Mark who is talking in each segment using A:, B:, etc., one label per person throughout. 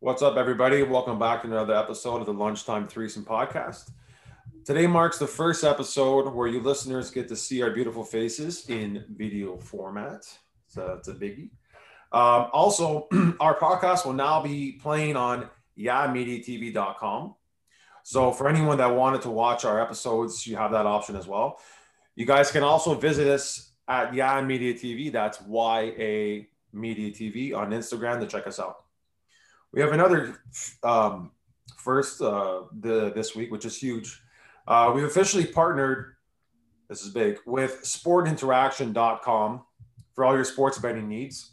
A: What's up, everybody? Welcome back to another episode of the Lunchtime Threesome Podcast. Today marks the first episode where you listeners get to see our beautiful faces in video format. So it's a biggie. Um, also, our podcast will now be playing on yamediatv.com. So for anyone that wanted to watch our episodes, you have that option as well. You guys can also visit us at Yeah Media TV. That's Y A Media TV on Instagram to check us out. We have another um, first uh, the, this week, which is huge. Uh, we've officially partnered. This is big with SportInteraction.com for all your sports betting needs.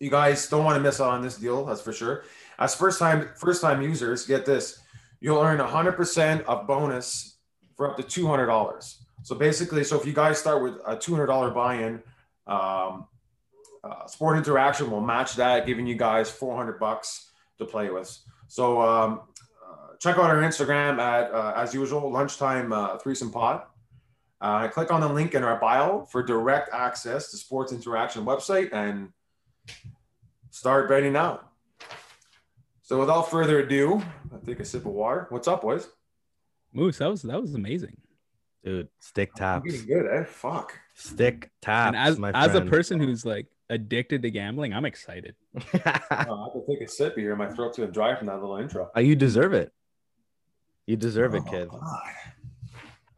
A: You guys don't want to miss out on this deal, that's for sure. As first time first time users, get this you'll earn 100% of bonus for up to $200. So basically, so if you guys start with a $200 buy-in, um, uh, Sport Interaction will match that, giving you guys 400 bucks to play with. So um, uh, check out our Instagram at, uh, as usual, lunchtime uh, threesome pod. Uh, click on the link in our bio for direct access to Sports Interaction website and start betting now. So without further ado, I take a sip of water. What's up, boys?
B: Moose, that was that was amazing.
C: Dude, stick
A: I'm
C: taps.
A: Getting good, eh? Fuck.
C: Stick taps.
B: and as
C: my
B: as a
C: friend.
B: person who's like addicted to gambling, I'm excited.
A: Uh, I could take a sip here. My throat's gonna dry from that little intro.
C: Oh, you deserve it. You deserve it,
A: Oh,
C: kid.
A: God.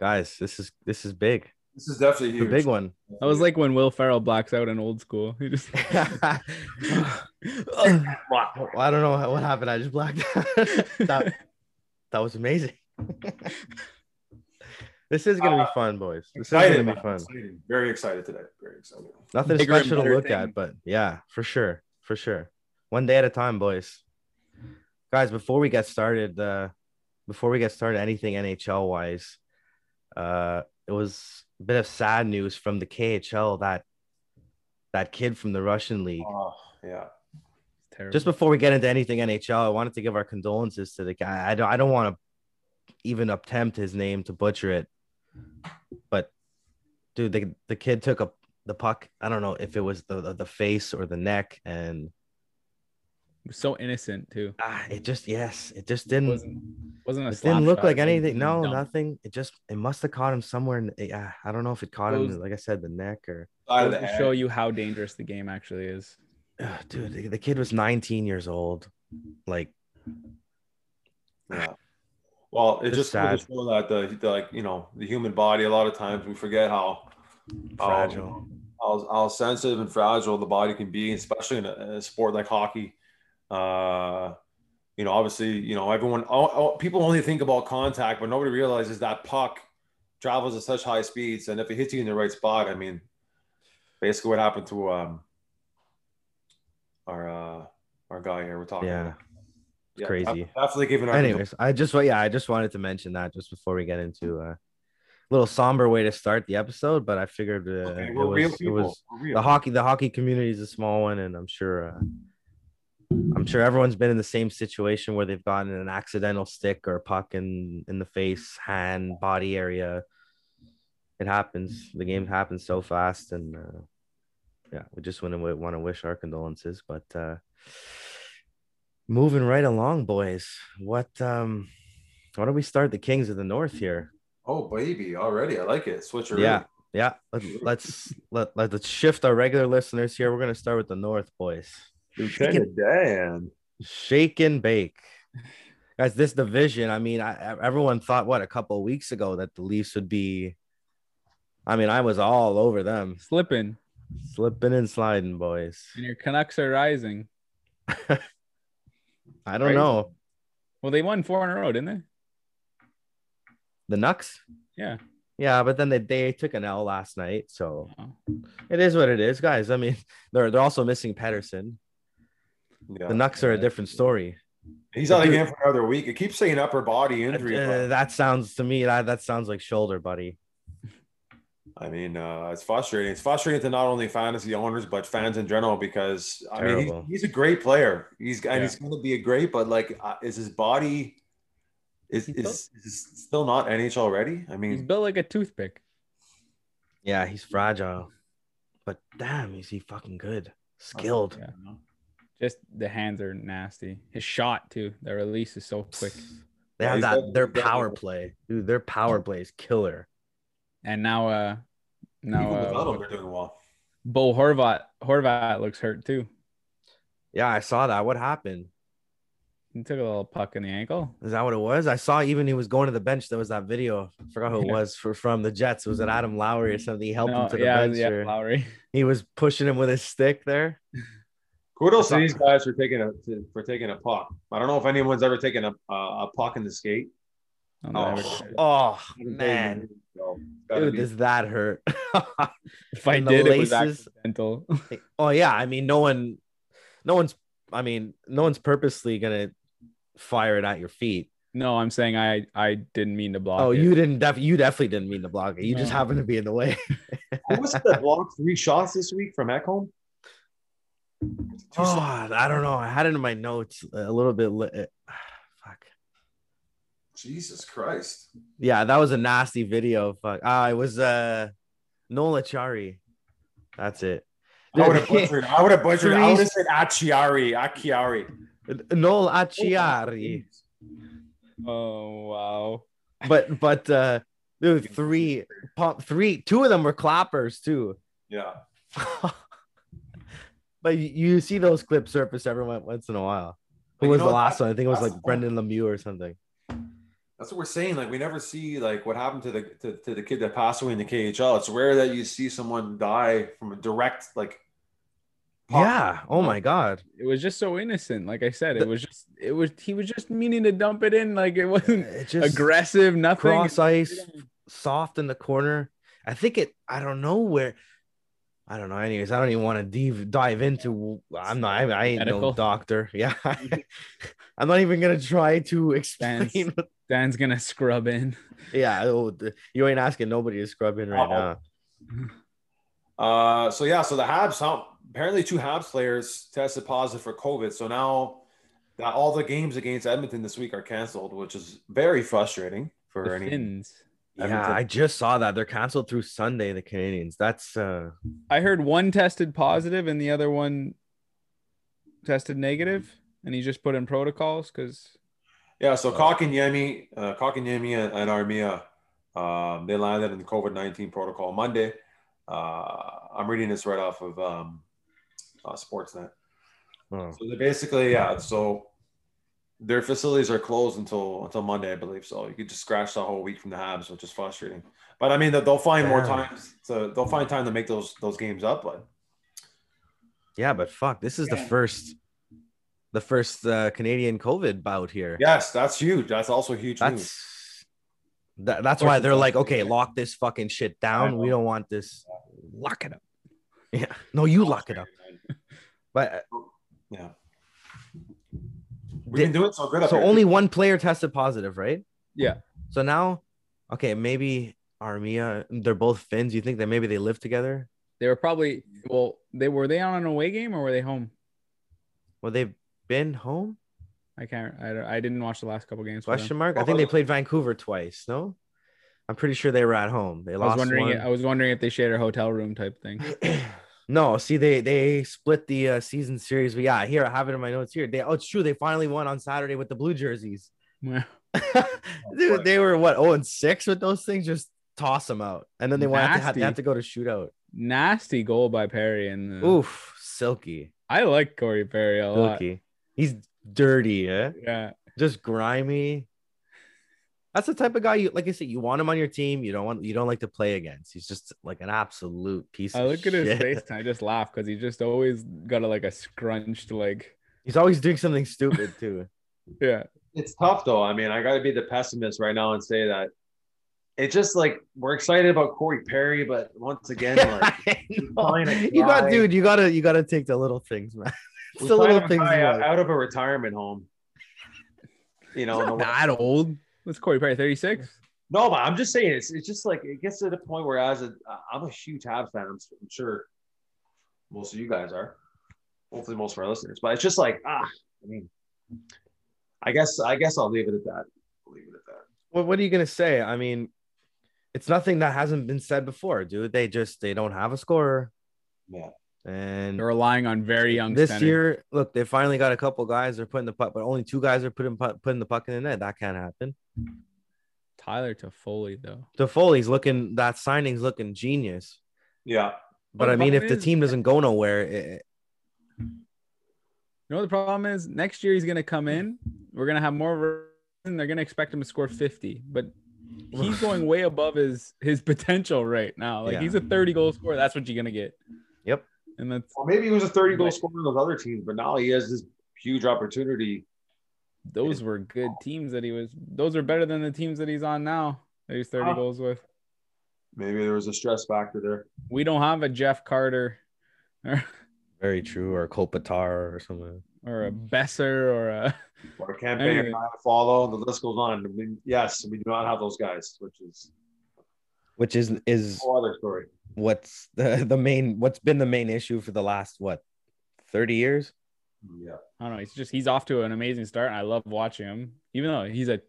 C: Guys, this is this is big.
A: This is definitely
C: The
A: huge.
C: big one.
B: That was like when Will Ferrell blacks out in old school. He just
C: Well, I don't know how- what happened. I just blacked out. that, that was amazing. this is gonna
B: Uh,
C: be fun, boys. This is
A: excited.
C: gonna be
A: man.
C: fun.
A: Excited. Very excited today. Very excited.
C: Nothing
B: Bigger and
C: special to
B: better
C: look
B: thing.
C: at, but yeah, for sure. For sure. One day at a time, boys. Guys, before we get started, uh, before we get started, anything NHL wise, uh, it was a bit of sad news from the KHL that that kid from the Russian league.
A: Oh yeah.
B: Terrible.
C: Just before we get into anything NHL, I wanted to give our condolences to the guy. I don't I don't want to even attempt his name to butcher it. But dude, the, the kid took a the puck. I don't know if it was the the, the face or the neck and
B: so innocent too.
C: ah, it just yes, it just didn't it
B: wasn't wasn't a slap
C: didn't look
B: shot,
C: like
B: it was
C: anything. No,
B: dumb.
C: nothing. It just it must have caught him somewhere in the, ah, I don't know if it caught
B: Well, it
C: him
B: was-
C: like I said the neck or
A: Side of
B: Goes
A: the
B: to
A: head.
B: show you how dangerous the game actually is.
C: Ah, dude, the, the kid was 19 years old. Like
A: Yeah. Well, it just
C: Just
A: goes to
C: sad.
A: show that the, the like you know the human body. A lot of times we forget how how-
C: fragile.
A: how, how sensitive and fragile the body can be, especially in a, in a sport like hockey. Uh, you know, obviously, you know, everyone, all, all- people only think about contact, but nobody realizes that puck travels at such high speeds. And if it hits you in the right spot, I mean, basically what happened to um, our uh, our guy here we're talking
C: Yeah.
A: about.
C: It's crazy.
A: def- Definitely giving our
C: Anyways, I just wa- yeah, I just wanted to mention that just before we get into a little somber way to start the episode, but I figured uh,
A: Okay,
C: it,
A: we're real
C: was, it
A: people.
C: was
A: We're real.
C: the hockey the hockey community is a small one, and I'm sure uh, I'm sure everyone's been in the same situation where they've gotten an accidental stick or a puck in in the face, hand, body area. It happens. The game happens so fast, and uh, yeah, we just want to want to wish our condolences, but. uh moving right along boys what um why don't we start the kings of the north here
A: oh, baby, already. I like it. Switcheroo.
C: yeah yeah let's let's let, let, let's shift our regular listeners here we're going to start with the north boys
A: Lieutenant Dan.
C: shake and bake guys this division i mean I, I- everyone thought what a couple of weeks ago that the leafs would be i mean i was all over them
B: Slipping
C: slipping and sliding boys
B: and your Canucks are rising.
C: i don't
B: Crazy.
C: know
B: Well, they won four in a row, didn't they?
C: the nucks
B: Yeah.
C: yeah but then they, they took an l last night so
B: Oh.
C: It is what it is, guys. I mean, they're they're also missing Patterson.
A: Yeah.
C: The Nucks are a
B: Yeah.
C: different story.
A: He's out
C: Dude.
A: again for another week. It keeps saying upper body
C: Uh,
A: injury. but-
C: that sounds to me that that sounds like shoulder, buddy.
A: I mean, uh, it's frustrating. It's frustrating to not only fantasy owners but fans in general because I mean,
C: Terrible.
A: he's, he's a great player. He's and
B: Yeah.
A: he's going to be a great, but like, uh, is his body is
B: He's
A: is, is still not NHL ready? I
B: He's
A: mean,
B: built like a toothpick.
C: Yeah, he's fragile, but damn, is he fucking good? Skilled.
B: Yeah. Just the hands are nasty. His shot too. The release is so quick.
C: They
A: Yeah,
C: have
A: he's
C: that.
A: definitely-
C: Their
A: definitely-
C: power play, dude. Their power play is killer.
B: And now, uh, now
A: Even without
B: uh,
A: him, they're doing well.
B: Bo Horvat Horvat looks hurt too.
C: Yeah, I saw that. What happened?
B: He took a little puck in the ankle.
C: Is that what it was? I saw even he was going to the bench. There was that video. I forgot who it
B: Yeah.
C: was for, from the Jets. Was it Adam Lowry or something? He helped
B: No,
C: him to the
B: yeah,
C: bench.
B: yeah,
C: or-
B: Lowry.
C: he was pushing him with his stick there.
A: Kudos to
C: I saw-
A: these guys for taking a to- for taking a puck. I don't know if anyone's ever taken a a, a puck in the skate.
B: I'll
A: Oh,
B: never-
C: Oh man,
A: So, gotta
C: dude,
A: be-
C: does that hurt?
B: if I
C: and the
B: did, it was
C: laces-
B: accidental.
C: oh yeah, I mean, no one, no one's. I mean, no one's purposely gonna fire it at your feet.
B: no, I'm saying I I didn't mean to block.
C: Oh,
B: it.
C: you didn't. Def- you definitely didn't mean to block it. You just
B: No.
C: happened to be in the way.
A: Who was it that blocked three shots this week from Ekholm? Two
C: Oh,
A: shots.
C: I don't know. I had it in my notes a little bit. Li- uh, fuck.
A: Jesus Christ!
C: Yeah, that was a nasty video. Fuck. Ah, it was uh, Nola Chari. That's it.
A: I would have butchered. I would have butchered. I
C: Three-
A: would have said Achiari. Achiari.
C: Nola Chiari.
B: Oh wow.
C: But but uh, dude, three pump three. Two of them were clappers too.
A: Yeah.
C: but you, you see those clips surface every one- once in a while.
A: But
C: Who
A: you
C: was
A: know
C: the
A: what?
C: last one? I think it was
A: that's-
C: like Brendan Lemieux or something.
A: That's what we're saying. Like we never see like what happened to the to, to the kid that passed away in the KHL. It's rare that you see someone die from a direct like. puck.
C: Yeah. Oh my god.
B: It was just so innocent. Like I said,
C: The-
B: it was just it was he was just meaning to dump it in. Like it wasn't
C: It just
B: aggressive, nothing.
C: cross ice, soft in the corner. I think it. I don't know where. I don't know. Anyways, I don't even want to dive dive into. I'm not. I, I ain't no
B: Medical.
C: doctor. Yeah. I'm not even gonna try to
B: Stands.
C: explain. what-
B: Dan's gonna scrub in.
C: yeah. oh, the- you ain't asking nobody to scrub in right
A: Oh.
C: now.
A: Uh, so yeah, so the Habs huh, apparently two Habs players tested positive for COVID. So now that all the games against Edmonton this week are canceled, which is very frustrating for
B: The
A: any.
B: Finns.
C: Yeah,
A: Edmonton.
C: I just saw that they're canceled through Sunday. The Canadians. That's uh
B: I heard one tested positive and the other one tested negative, and he just put in protocols because
A: Yeah, so Cock and Yemi, uh, Cock and Yemi and, and Armia, um, they landed in the COVID 19 protocol Monday. Uh, I'm reading this right off of um, uh, Sportsnet.
C: oh,
A: So they basically, yeah, so their facilities are closed until until Monday, I believe. So you could just scratch the whole week from the Habs, which is frustrating. But I mean, they'll- they'll find more
C: Yeah.
A: times. To, they'll find time to make those those games up. But
C: yeah, but fuck. This is the
B: Yeah.
C: first, the first uh, Canadian COVID bout here.
A: yes, that's huge. That's also huge news.
C: That's that, that's
B: Or
C: why
B: some
C: they're like,
B: bullshit,
C: okay,
B: yeah.
C: lock this fucking shit
A: I
C: down. We
A: know.
C: don't want this.
B: lock it up.
C: Yeah, no, you lock it up. But uh,
A: Yeah, we've been doing so good. Up
C: so
A: here.
C: only one player tested positive, right?
B: Yeah.
C: So now, okay, maybe Armia. They're both Finns. You think that maybe they live together?
B: They were probably well. They were they on an away game or were they home?
C: Well, they've been home?
B: I can't. I, don't- I didn't watch the last couple games. for them.
C: Question mark. I think they played Vancouver twice. No, I'm pretty sure they were at home. They
B: I was
C: lost
B: wondering. uh,
C: one.
B: I was wondering if they shared a hotel room type thing.
C: no, see, they they split the uh, season series. But yeah, here I have it in my notes. Here, they oh, it's true. They finally won on Saturday with the blue jerseys.
B: Well,
C: Dude, they were what oh and six with those things. Just toss them out, and then they want to have,
B: Nasty.
C: they have to go to shootout.
B: Nasty goal by Perry and uh,
C: Oof, silky,
B: I like Corey Perry a lot.
C: silky. He's dirty, eh? yeah,
B: Yeah,
C: just grimy. That's the type of guy you like. I said you want him on your team. You don't want you don't like to play against. He's just like an absolute piece.
B: I
C: of
B: look at his
C: shit.
B: face and I just laugh because he just always got a, like a scrunched like
C: He's always doing something stupid too.
B: yeah.
A: it's tough though. I mean, I got to be the pessimist right now and say that it's just like we're excited about Corey Perry, but once again, like
C: I know.
A: find a
C: you got,
A: guy-
C: dude. You gotta, you gotta take the little things, man. It's
A: we
C: the
A: find
C: little
A: a
C: things.
A: guy
C: in
A: out,
C: life.
A: out of a retirement home. You
B: He's
A: know, no,
B: not that old. What's Corey Perry? Thirty six.
A: no, but I'm just saying it's it's just like it gets to the point where as a uh, I'm a huge Habs fan. I'm, s- I'm sure most of you guys are. Hopefully, most of our listeners. But it's just like ah, I mean, I guess I guess I'll leave it at that. I'll leave it at that.
C: Well, what are you gonna say? I mean, it's nothing that hasn't been said before, dude. They just they don't have a scorer.
A: Yeah.
C: And
B: They're relying on very young
C: Mm. this
B: center.
C: year, look, they finally got a couple guys. They're putting the puck, but only two guys are putting puck, putting the puck in the net. That can't happen.
B: Tyler Toffoli though.
C: Foley's looking. That signing's looking genius.
A: Yeah.
B: Well,
C: But I
B: the
C: mean, if
B: problem
C: the
B: Oh, is-
C: team doesn't go nowhere, it,
B: You know what the problem is? Next year he's going to come in. We're going to have more. And they're going to expect him to score 50, but he's going way above his his potential right now. Like
C: Yeah.
B: he's a 30 goal scorer. That's what you're going to get.
C: Yep.
B: And that's
A: Well, maybe he was a 30 goal
B: Right.
A: scorer on those other teams, but now he has this huge opportunity.
B: those were good teams that he was. Those are better than the teams that he's on now. That he's 30
C: Ah.
A: Huh.
B: goals with.
A: Maybe there was a stress factor there.
B: We don't have a Jeff Carter or,
C: very true. Or Kopitar or something.
B: or a Besser or a
A: Or a campaign
B: Anyway.
A: I follow. The list goes on. I mean, yes, we do not have those guys, which is
C: Which is is
A: a whole other story.
C: what's the the main what's been the main issue for the last what thirty years.
A: Yeah.
B: I don't know. He's just he's off to an amazing start. And I love watching him, even though he's a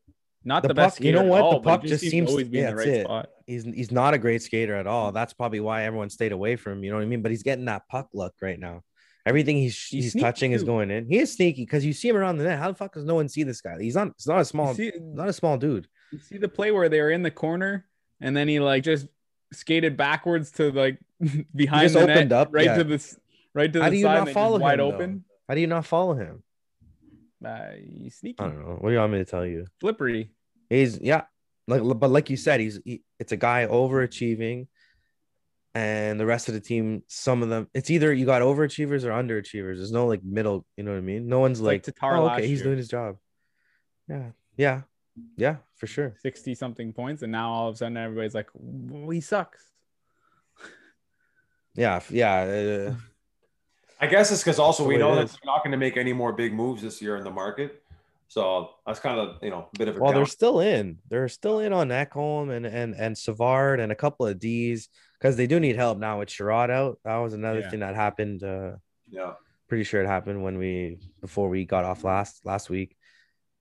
B: not
C: The
B: the, best.
C: puck- you know
B: skater at
C: what? The
B: all, but he
C: puck just
B: to
C: seems-
B: always be
C: yeah,
B: in the
C: that's
B: right
C: it.
B: spot.
C: He's he's not a great skater at all. That's probably why everyone stayed away from him. You know what I mean? But he's getting that puck luck right now. Everything he's
B: He's
C: he's,
B: sneaky,
C: touching is
B: too.
C: going in. He is sneaky because you see him around the net. How the fuck does no one see this guy? He's not. It's not a small.
B: You see,
C: Not a small dude.
B: you see the play where they were in the corner and then he like just skated backwards to like behind
C: just
B: the
C: opened
B: net,
C: up,
B: right
C: yeah.
B: to this right to
C: How
B: the
C: do you
B: side
C: not
B: and it just
C: follow him,
B: wide
C: though?
B: open.
C: How do you not follow him?
B: Uh, he's sneaky,
C: I don't know. What do you want me to tell you?
B: flippery.
C: He's yeah, like but like you said, he's he, it's a guy overachieving, and the rest of the team, some of them, it's either you got overachievers or underachievers. There's no like middle, you know what I mean? No one's like,
B: Like Tatar
C: "Oh,
B: last
C: okay, he's
B: year.
C: doing his job. Yeah, yeah, yeah, for sure.
B: 60 something points, and now all of a sudden everybody's like, "Well, he sucks.
C: Yeah, f- yeah. uh,
A: I guess it's because also
C: That's
A: we
C: the way
A: know
C: it
A: that
C: is.
A: they're not going to make any more big moves this year in the market. So that's kind of, you know, a bit of a
C: well,
A: down.
C: they're still in. They're still in on Ekholm and and and Savard and a couple of D's because they do need help now with Sherrod out. That was another
B: Yeah.
C: thing that happened. Uh,
A: Yeah.
C: pretty sure it happened when we before we got off last last week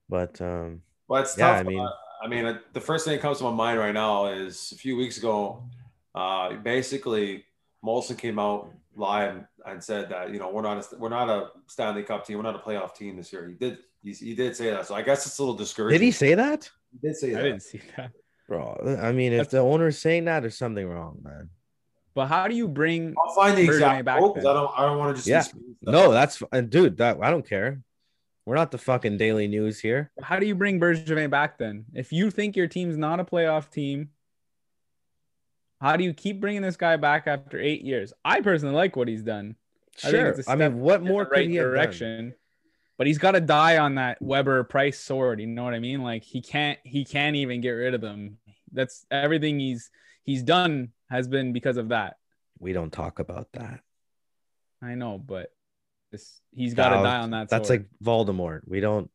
C: but um
A: Well, it's
C: yeah
A: tough.
C: i mean
A: I mean, uh, the first thing that comes to my mind right now is a few weeks ago, uh, basically Molson came out live and said that you know we're not a, we're not a Stanley Cup team, we're not a playoff team this year. He did he, he did say that, so I guess it's a little discouraging.
C: did he say that
A: He did say
B: I
A: that.
B: didn't see that.
C: bro i mean if the owner's saying that there's something wrong man
B: But how do you bring
A: I'll find the
B: Heard
A: exact
B: way back
A: quote 'cause
B: then.
A: I don't I don't want to just
C: Yeah.
A: dispute that.
C: no that's and dude that i don't care we're not the fucking daily news here
B: how do you bring Bergevin back then? If you think your team's not a playoff team, how do you keep bringing this guy back after eight years? I personally like what he's done I think
C: sure
B: it's a
C: i,
B: step
C: mean what
B: in
C: more
B: the right
C: could he have done?
B: direction, but he's got to die on that Weber Price sword. You know what I mean? Like he can't he can't even get rid of them. That's everything he's he's done has been because of that.
C: we don't talk about that
B: I know, but this, he's got to
C: Thou-
B: die on that.
C: that's
B: sword.
C: like voldemort we don't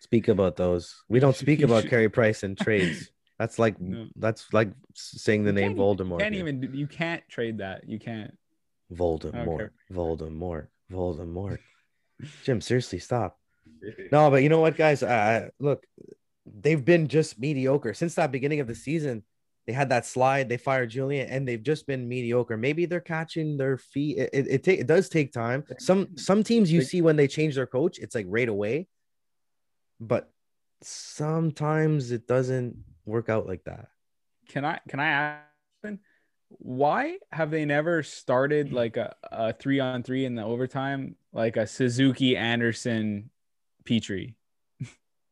C: speak about those we don't speak about Carey price and trades that's like
B: No.
C: that's like saying the
B: You
C: name
B: can't even-
C: voldemort
B: you can't
C: here.
B: even do- you can't trade that. You can't.
C: Voldemort,
B: Okay.
C: Voldemort, Voldemort. Jim, seriously, stop. No, but you know what, guys? Uh, look, they've been just mediocre since that beginning of the season. They had that slide. They fired Julian, and they've just been mediocre. Maybe they're catching their feet. It it, it, ta- it does take time. Some some teams you
B: They-
C: see when they change their coach, it's like right away. But sometimes it doesn't work out like that.
B: can I can I ask something? why have they never
C: Mm.
B: started like a, a three on three in the overtime like a Suzuki Anderson Petrie?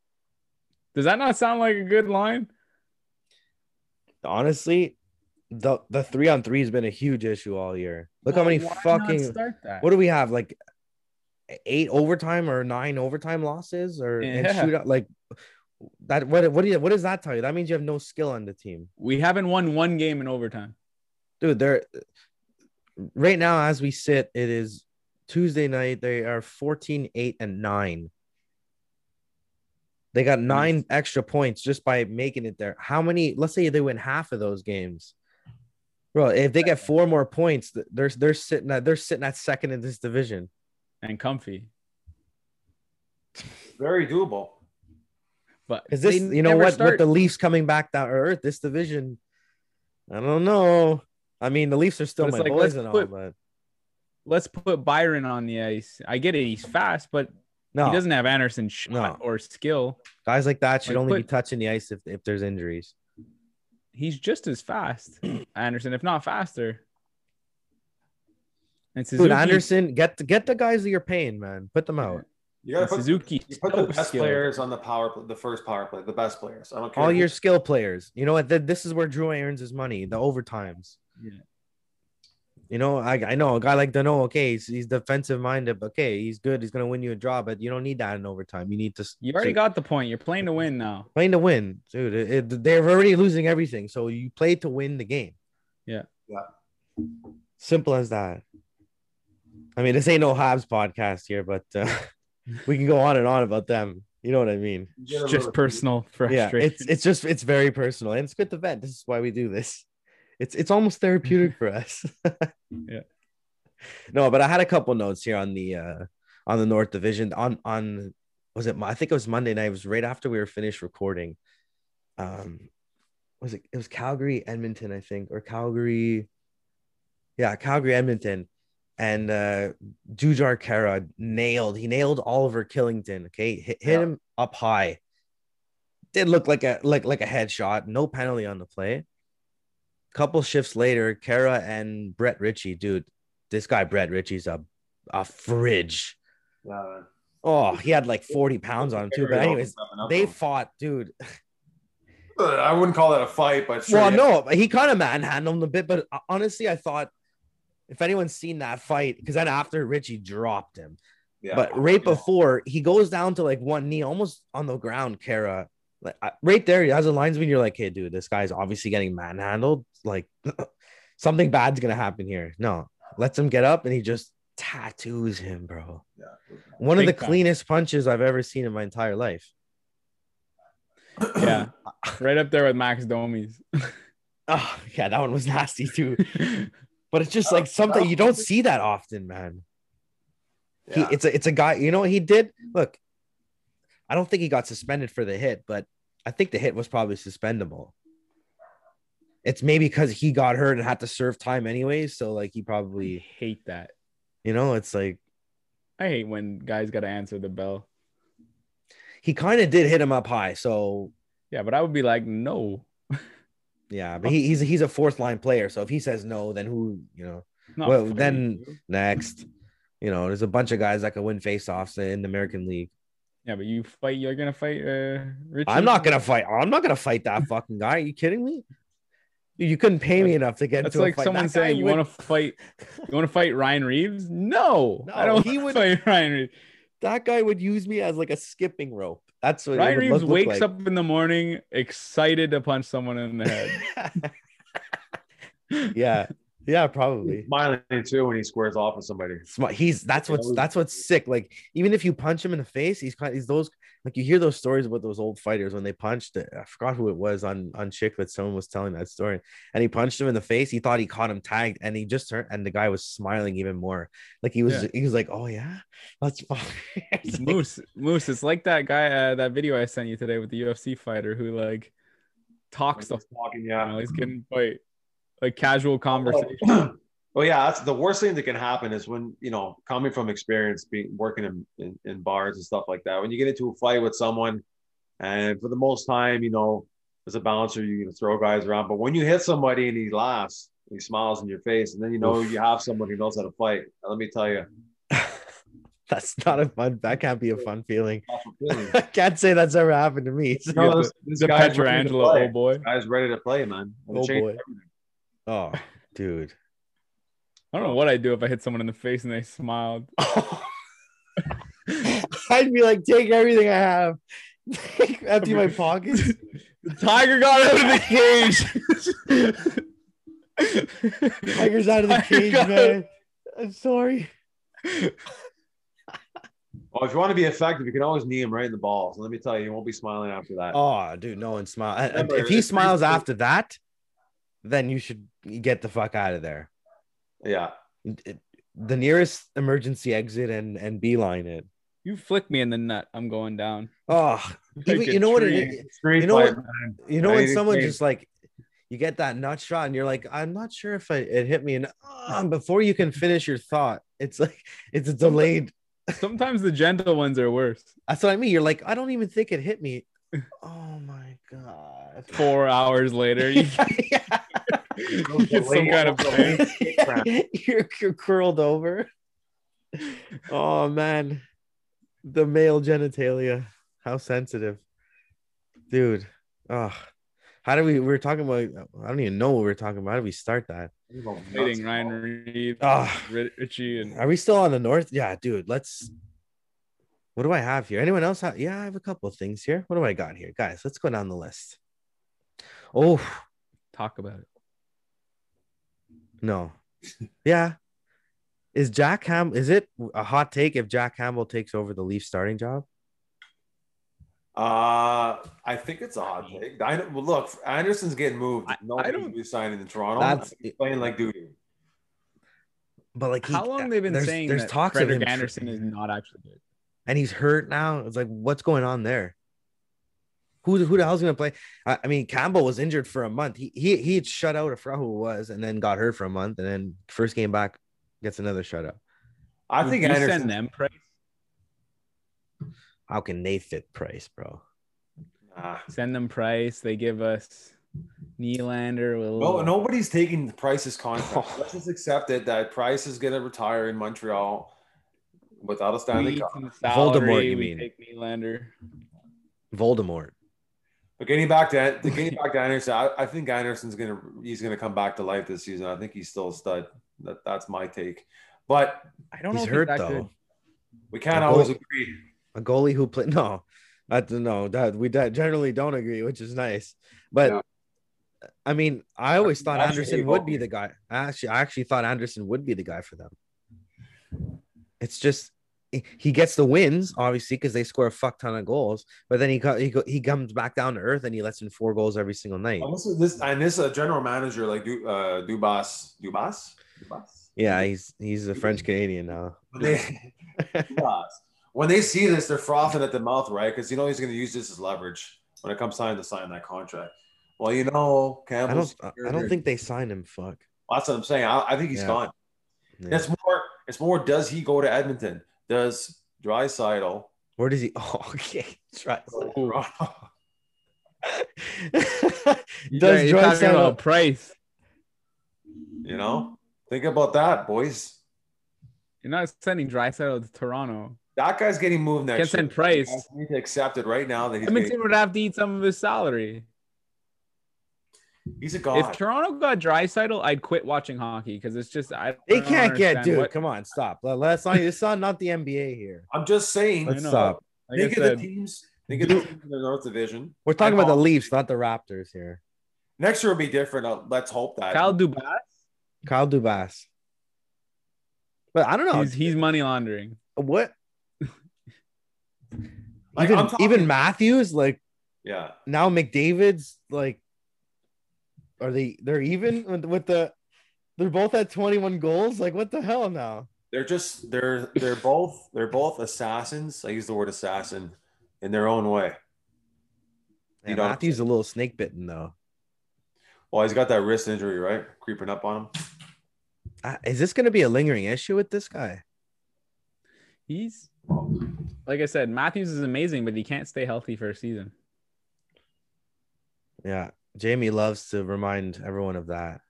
B: Does that not sound like a good line?
C: Honestly, the the three on three has been a huge issue all year. Look how many
B: Why not
C: fucking
B: start that?
C: what do we have like eight overtime or nine overtime losses or and
B: Yeah.
C: shootout like that what what do you what does that tell you that means you have no skill on the team
B: we haven't won one game in overtime.
C: dude they're right now as we sit it is tuesday night they are 14 8 and 9 they got nine extra points just by making it there how many let's say they win half of those games Bro, if they get four more points, th- they're they're sitting at they're sitting at second in this division.
B: And comfy,
A: Very doable.
B: but
C: Because this,
B: they
C: you know
B: never
C: what,
B: start-
C: with the Leafs coming back down to earth, this division I don't know. I mean, the Leafs are still
B: But it's
C: my
B: like,
C: boys
B: let's
C: and all,
B: put-
C: but
B: Let's put Byron on the ice. I get it, he's fast, but
C: no
B: he doesn't have Anderson shot
C: No.
B: or skill.
C: guys like that should
B: Like,
C: only be
B: put-
C: touching the ice if, if there's injuries.
B: He's just as fast, Anderson, if not faster. And Suzuki,
C: Dude, Anderson, get the, get the guys that you're paying, man. Put them out.
A: You
B: and
A: gotta put,
B: Suzuki,
A: you put the
B: so
A: best
B: skilled.
A: players on the power, pl- the first power play, the best players. I don't care.
C: All
A: who-
C: your skill players. You know what? Th- This is where Drew earns his money. The overtimes.
B: Yeah.
C: You know, I, I know a guy like Dano. Okay, he's, he's defensive minded. but Okay, he's good. He's gonna win you a draw, but you don't need that in overtime. You need to.
B: You already
C: to-
B: got the point. You're playing to win now.
C: playing to win, dude. It- it- they're already losing everything, so you play to win the game.
B: Yeah.
A: Yeah.
C: Simple as that. I mean, this ain't no Habs podcast here, but uh, we can go on and on about them. You know what I mean?
A: You get a
B: It's
A: little-
B: just personal
C: Yeah,
B: frustration.
C: it's it's just it's very personal, and it's good to vent. This is why we do this. It's it's almost therapeutic for us. yeah. No, but I had a couple notes here on the uh on the North Division on on was it Mo- I think it was Monday night. It was right after we were finished recording. Um, was it it was Calgary Edmonton I think or Calgary, yeah Calgary Edmonton, and uh Dujar Kara nailed he nailed Oliver Killington. Okay, hit, hit
A: Yeah.
C: him up high. Did look like a like like a headshot. No penalty on the play. Couple shifts later, Kara and Brett Ritchie, dude, this guy Brett Ritchie's a a fridge.
A: Yeah.
C: Oh, he had like 40 pounds on him too. But
A: Carry
C: anyways,
A: open up
C: they
A: them.
C: fought, dude.
A: I wouldn't call that a fight, but sure,
C: well,
A: yeah.
C: no, he kind of manhandled him a bit, but uh, honestly, I thought if anyone's seen that fight, because then after Richie dropped him,
A: Yeah.
C: but right
A: Yeah.
C: before he goes down to like one knee, almost on the ground, Kara. Like I- right there, as a linesman, you're like, hey, dude, this guy's obviously getting manhandled. Like something bad's gonna happen here. No, lets him get up, and he just tattoos him, bro.
A: Yeah.
C: One of
B: Big
C: the
B: time.
C: cleanest punches I've ever seen in my entire life.
B: yeah, right up there with Max Domi's.
C: Oh yeah, that one was nasty too. But it's just like something you don't see that often, man. He,
A: Yeah.
C: it's a it's a guy. You know what he did? Look, I don't think he got suspended for the hit, but I think the hit was probably suspendable. It's maybe because he got hurt and had to serve time anyway, so like he
B: I
C: probably,
B: hate that.
C: you know, it's like
B: I hate when guys got to answer the bell.
C: he kind of did hit him up high. So
B: Yeah, but I would be like, no,
C: yeah, but he, he's he's a fourth line player. So if he says no, then who you know?
B: not
C: Well,
B: funny.
C: then- next. You know, there's a bunch of guys that could win faceoffs in the American League.
B: Yeah, but you fight. You're gonna fight, uh, Richie.
C: I'm not gonna fight. I'm not gonna fight that fucking guy. Are you kidding me? Dude, you couldn't pay me enough to get
B: That's
C: into a
B: like
C: fight.
B: someone
C: That guy
B: saying you
C: would-
B: want to fight. You want to fight Ryan Reeves? No, I
C: No,
B: don't.
C: he
B: He
C: would-
B: would fight Ryan Reeves.
C: that guy would use me as like a skipping rope. That's what it
B: Ryan
C: would
B: Reeves
C: look- look
B: wakes up in the morning excited to punch someone in the head.
C: like. yeah, yeah, probably.
A: smiling too when he squares off with somebody.
C: Smi- He's that's what's that's what's sick. Like even if you punch him in the face, he's kind. He's those like you hear those stories about those old fighters when they punched. uh, I forgot who it was on on Chicklet. Someone was telling that story, and he punched him in the face. He thought he caught him tagged, and he just turned, and the guy was smiling even more. Like he was
B: Yeah.
C: he was like, oh yeah, that's fine. It's like,
B: Moose, Moose, it's like that guy. Uh, that video I sent you today with the UFC fighter who like talks the
A: Just talking,
B: you
A: yeah.
B: know, he's getting fight like
C: Oh,
B: casual conversation.
A: Oh. Well, yeah, that's the worst thing that can happen is when you know, coming from experience, being working in, in, in bars and stuff like that. When you get into a fight with someone, and for the most time, you know, as a bouncer, you can throw guys around. But when you hit somebody and he laughs, he smiles in your face, and then you know
C: Oof.
A: you have someone who knows how to fight. Now, let me tell you,
C: that's not a fun. That can't be a fun feeling.
A: that's a feeling.
C: I can't say that's ever happened to me.
A: You
C: So-
A: know, this, this
B: the
A: guy's ready to
B: Petrangelo,
A: play.
B: oh boy.
A: Guy's ready to play, man. It'll
C: Oh,
A: change
C: boy.
A: everything.
C: Oh, dude.
B: I don't know what I'd do if I hit someone in the face and they smiled.
C: I'd be like, take everything I have, empty my pockets.
B: The tiger got out of the cage.
C: Tiger's out of the
B: Tiger
C: cage,
B: got-
C: man. I'm sorry.
A: Well, Oh, if you want to be effective, you can always knee him right in the balls. let me tell you, you won't be smiling after that.
C: Oh, dude, no one smiles.
A: Remember,
C: If he
A: it's
C: smiles
A: pretty-
C: after that, then you should get the fuck out of there.
A: Yeah.
C: It- The nearest emergency exit and and beeline it.
B: You flick me in the nut. I'm going down.
C: Oh,
B: Like
C: even,
B: a
C: you know what? It,
B: tree.
C: you know what? You know
A: I
C: when
A: need to
C: someone
A: change.
C: just like you get that nut shot and you're like, I'm not sure if I, it hit me. And ah, before you can finish your thought, it's like it's a delayed.
B: Sometimes the gentle ones are worse.
C: That's what I mean. You're like, I don't even think it hit me. Oh my god.
B: Four hours later, you
C: yeah.
B: you get some kind of pain.
C: you're, you're curled over. Oh man, the male genitalia. How sensitive, dude. Oh, how do we? We were talking about. I don't even know what we were talking about. How do we start that?
B: Fighting Ryan Reed,
C: Ah.
B: Richie, and
C: Are we still on the north? Yeah, dude. Let's. What do I have here? Anyone else? Have, yeah, I have a couple of things here. What do I got here, guys? Let's go down the list. Oh
B: talk about it.
C: no, yeah. Is Jack Ham? Is it a hot take if Jack Campbell takes over the Leaf starting job?
A: Uh, I think it's a hot take. I, well, look, Anderson's getting moved.
B: I-
A: No
B: I
A: one's
B: don't-
A: be signing in Toronto.
C: That's-
A: He's playing like dude.
C: But like, he-
B: How long they've been
C: there's-
B: saying
C: there's
B: that
C: talks of
B: Frederick
C: him-
B: Anderson is not actually good.
C: and he's hurt now. It's like, what's going on there? Who, who the hell's going to play? I, I mean, Campbell was injured for a month. He he he had shut out a who was, and then got hurt for a month, and then first game back gets another shutout.
A: I think
B: you
A: Anderson.
B: send them price.
C: How can they fit Price, bro?
A: Nah.
B: Send them price. They give us Nylander.
C: Oh,
B: With a
A: No,
B: little-
A: nobody's taking Price's
B: Oh.
A: contract. Let's just accept it that Price is going to retire in Montreal without a Stanley
B: We
A: Cup.
B: can salary,
C: Voldemort,
B: we
C: you mean.
B: Take Nylander.
C: Voldemort.
A: But getting back to the getting back to Anderson, I, I think Anderson's gonna he's gonna come back to life this season. I think he's still a stud. That that's my take. But
B: I don't know.
C: He's
B: if
C: hurt
B: that
C: though.
B: good.
A: we can't
C: Oh.
A: always agree.
C: A goalie who played no, I don't know that we de- generally don't agree, which is nice. But
A: Yeah.
C: I mean, I always thought
A: Actually,
C: Anderson
A: Eagle.
C: would be the guy. Actually, I actually thought Anderson would be the guy for them. It's just he- he gets the wins, obviously, because they score a fuck ton of goals. But then he co- he, go, he comes back down to earth and he lets in four goals every single night.
A: And this is this and this uh, general manager like Du- uh, Dubas Dubas Dubas.
C: Yeah, he's he's a French Canadian now.
A: When they, Dubas. When they see this, they're frothing at the mouth, right? Because you know he's gonna use this as leverage when it comes time to sign that contract. Well, you know,
C: I
A: Campbell's
C: don't I I don't think they signed him. Fuck.
A: that's what I'm saying. I, I think he's
C: Yeah.
A: gone.
C: Yeah.
A: It's more. It's more. Does he go to Edmonton? Does Drysidle
C: Where does he? Oh, okay. Try.
B: You
C: Does
B: guys- you're talking
C: Draisaitl-
B: about price?
A: you know, think about that, boys.
B: You're not sending Drysdale to Toronto.
A: That guy's getting moved next.
B: Can't
A: year.
B: send Price.
A: You guys need to accept it right now that he's
B: Edmonton
A: getting,
B: would have to eat some of his salary.
A: he's a
B: If
A: god.
B: Toronto got Drysdale, I'd quit watching hockey because it's just I.
C: They
B: don't
C: can't get,
B: understand
C: dude.
B: what-
C: Come on, stop. Let, let's not. It's not not the NBA here.
A: I'm just saying.
C: Let's
B: know.
C: stop.
B: Like I
A: Think of the
B: said,
A: teams. Think of the teams in the North Division.
C: We're talking
A: I
C: about the
A: know.
C: Leafs, not the Raptors here.
A: Next year will be different. Uh, let's hope that.
B: Kyle Dubas,
C: Kyle Dubas. But I don't know
B: he's, he's money laundering.
C: what.
A: Like,
C: even
A: I'm talking-
C: even Matthews, like
A: yeah.
C: now McDavid's, like are they? They're even with, with the. They're both at 21 goals. Like what the hell now?
A: They're just they're they're both they're both assassins. I use the word assassin in their own way. You
C: Yeah,
A: don't-
C: Matthews a little snake bitten though.
A: Well, he's got that wrist injury, right? Creeping up on him.
C: Uh, is this going to be a lingering issue with this guy?
B: He's like I said, Matthews is amazing, but he can't stay healthy for a season.
C: Yeah, Jamie loves to remind everyone of that.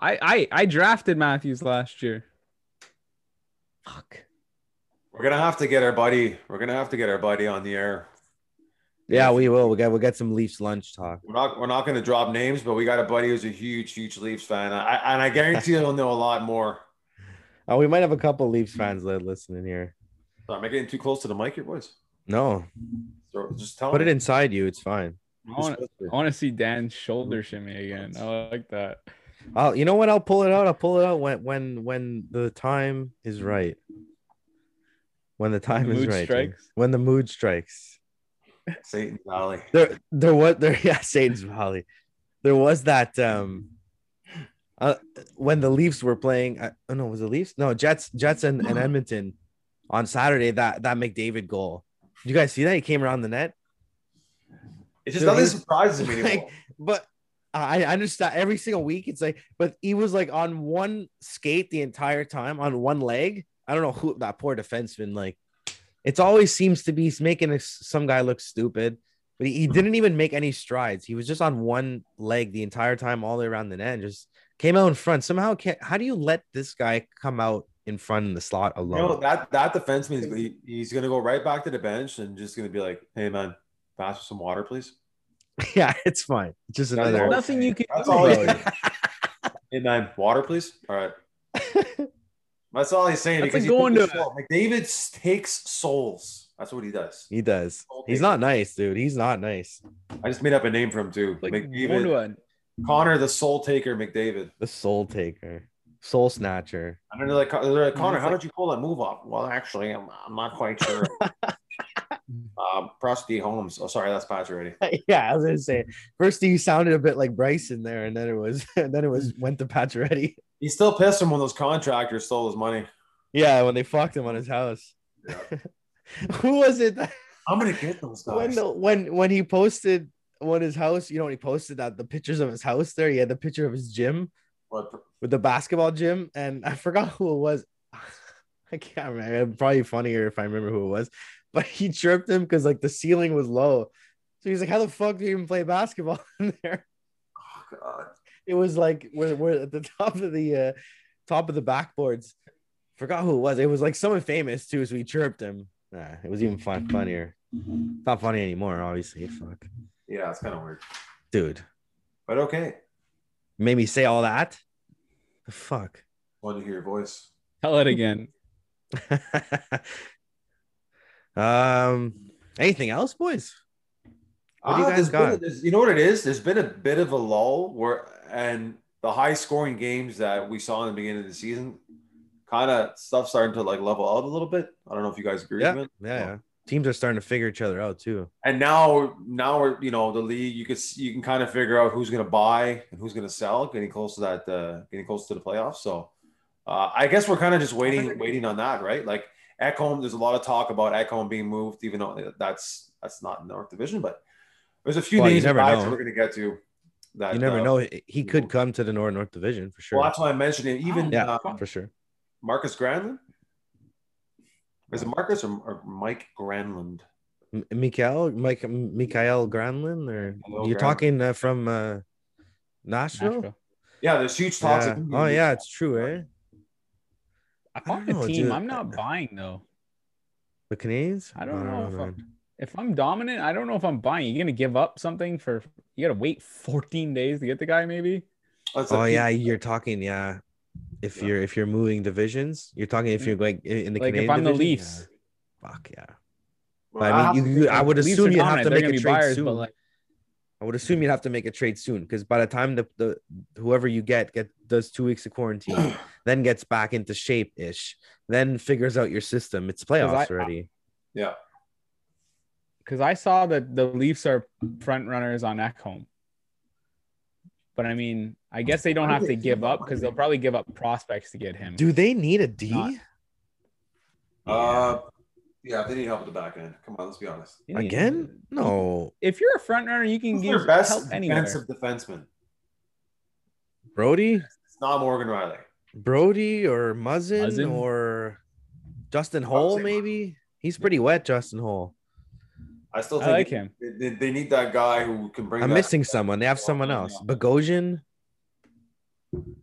B: I I, I drafted Matthews last year.
C: Fuck.
A: We're gonna have to get our buddy. We're gonna have to get our buddy on the air.
C: Yeah, we will. We got we got some Leafs lunch talk.
A: We're not we're not gonna drop names, but we got a buddy who's a huge, huge Leafs fan. I, and I guarantee he'll know a lot more.
C: Oh, we might have a couple Leafs fans that listening here.
A: Sorry, am I getting too close to the mic here, boys?
C: No,
A: So just tell
C: put it
A: me.
C: inside you. It's fine.
B: I want I want to see Dan's shoulder shimmy again. I like that.
C: Oh, you know what? I'll pull it out. I'll pull it out when when when the time is right. When the time is
B: mood
C: right. dude.
B: strikes.
C: When the mood strikes.
A: Satan Valley.
C: there there was there yeah Satan's Valley. There was that um uh, when the Leafs were playing uh, oh no was the Leafs no Jets Jets and, and Edmonton on Saturday that that McDavid goal. Did you guys see that? He came around the net.
A: It's just
C: Dude,
A: nothing
C: he's-
A: surprises me anymore.
C: But I I understand every single week. It's like, but he was like on one skate the entire time on one leg. I don't know who that poor defenseman. Like, it's always seems to be he's making a, some guy look stupid. But he, he didn't even make any strides. He was just on one leg the entire time, all the way around the net, and just came out in front. Somehow, can, how do you let this guy come out in front in the slot
A: You
C: alone?
A: know, that that defenseman is he, he's going to go right back to the bench and just going to be like, "Hey man, pass me some water, please."
C: yeah, it's fine. Just
A: That's
C: another.
A: all-
B: Nothing you can
A: That's
B: do,
A: all.
B: bro.
A: He's, hey man, water, please. All right. That's all he's saying
B: That's
A: because
B: like
A: he
B: going
A: took
B: to-
A: the soul. McDavid takes souls. That's what he does.
C: He does. He's not nice, dude. He's not nice.
A: I just made up a name for him too.
B: Like going
A: McDavid,
B: to a
A: Connor, the soul taker, McDavid.
C: The soul taker, soul snatcher.
A: I don't know, like, they're like Connor,
C: it's
A: how did you pull that move off? Well, actually, I'm, I'm not quite sure. um, Prosty Holmes. Oh, sorry, that's Patch already.
C: yeah, I was gonna say. First, he sounded a bit like Bryson there, and then it was, and then it was went to Pacioretty.
A: He still pissed him when those contractors stole his money.
C: Yeah, when they fucked him on his house. Who was it? that-
A: I'm gonna get those
C: when
A: guys.
C: the, when when he posted on his house? You know, when he posted that the pictures of his house there, he had the picture of his gym
A: But
C: with the basketball gym, and I forgot who it was. I can't remember. It'd probably be funnier if I remember who it was, but he tripped him because like the ceiling was low. So he's like, "How the fuck do you even play basketball in there?"
A: oh, God.
C: it was like we're, we're at the top of the uh, top of the backboards. Forgot who it was. It was like someone famous too, so we chirped him. Nah, it was even fun, funnier. It's not funny anymore, obviously. Fuck,
A: yeah, it's kind of weird.
C: dude,
A: But okay,
C: made me say all that. The fuck.
A: wanted to hear your voice.
B: tell it again.
C: um, anything else, boys? What do you
A: Ah,
C: guys
A: there's been a-
C: got?
A: there's- you know what it is? There's been a bit of a lull where, and the high scoring games that we saw in the beginning of the season, kind of stuff starting to like level out a little bit. I don't know if you guys agree
C: Yeah,
A: with me.
C: yeah, yeah. Teams are starting to figure each other out too.
A: And now, now we're you know the league. You could s- you can kind of figure out who's going to buy and who's going to sell. Getting close to that, uh, getting close to the playoffs. So, uh, I guess we're kind of just waiting, waiting on that, right? Like Ekholm, there's a lot of talk about Ekholm being moved, even though uh, that's that's not in the North Division. But there's a few
C: Well, you
A: names and
C: never
A: guys
C: know.
A: that we're going to get to. That
C: You never
A: uh,
C: know. He could come to the North North Division for sure.
A: Well, that's why I'm mentioning even
C: yeah,
A: uh,
C: for sure.
A: Marcus Granlund. Is it Marcus or, or Mike Granlund?
C: M- Mikael, Mike, Mikael Granlund, or
A: Hello,
C: you're
A: Granlund.
C: talking uh, from uh, Nashville?
B: Nashville.
A: Yeah, there's huge talks.
C: Yeah.
A: of him
C: Oh
A: being-
C: yeah, it's true, eh?
B: I
C: don't
B: want a
C: know,
B: team.
C: dude.
B: I'm not buying though.
C: The Canadians. Oh,
B: I don't know if
C: man.
B: I'm, if I'm dominant. I don't know if I'm buying. You're gonna give up something for you gotta wait 14 days to get the guy. Maybe
A: That's a
C: Oh
A: huge-
C: yeah, you're talking. Yeah, if
A: Yeah.
C: you're if you're moving divisions, you're talking if you're like in the
B: Mm. like
C: Canadian
B: if I'm the
C: division,
B: Leafs.
C: yeah. Fuck yeah!
A: Well,
C: I mean,
A: have
C: you
A: to
C: could-
A: think
C: I
A: of-
C: would
B: Leafs
C: assume
B: are
C: you'd have
B: dominant,
C: to
B: they're
C: make a
B: gonna be
C: trade
B: buyers,
C: soon.
B: but like
C: I would assume you'd have to make a trade soon because by the time the, the whoever you get get does two weeks of quarantine, then gets back into shape ish, then figures out your system. It's playoffs
B: I-
C: already.
A: Yeah.
B: because I saw that the Leafs are front runners on Ekholm. But I mean, I guess they don't have to give up because they'll probably give up prospects to get him.
C: Do they need a D?
B: Not-
A: Uh, yeah, they need help at the back end. Come on, let's be honest.
B: You need-
C: Again? No,
B: If you're a front runner, you can
A: Who's
B: give
A: their
B: help
A: best
B: anywhere.
A: defensive defenseman?
C: Brody,
A: It's not Morgan Riley.
C: Brody, or Muzzin,
B: Muzzin?
C: or Justin Hole.
A: say Muzzin.
C: Maybe he's pretty wet. Justin Hole.
A: I still
B: I
A: think
B: like him.
A: They, they, they need that guy who can bring.
C: I'm
A: that-
C: missing someone. They have someone
A: Yeah.
C: else. Bogosian.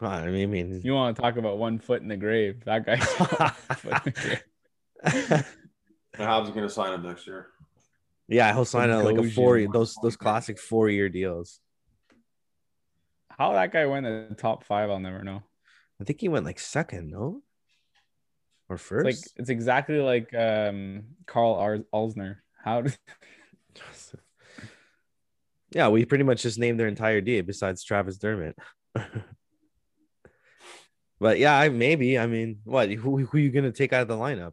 C: Well, I mean, I mean
B: You want to talk about one foot in the grave? That guy.
A: The Habs are going to sign him next year.
C: yeah, he'll sign a, like a
B: Bogosian.
C: four those those classic four year deals.
B: How that guy went in the top five, I'll never know.
C: I think he went like second, no, or
B: It's
C: first.
B: like it's exactly like um Carl Ar- Alsner. How did
C: yeah, we pretty much just named their entire D besides Travis Dermott. but yeah, I, maybe. I mean, what? Who, who you going to take out of the lineup?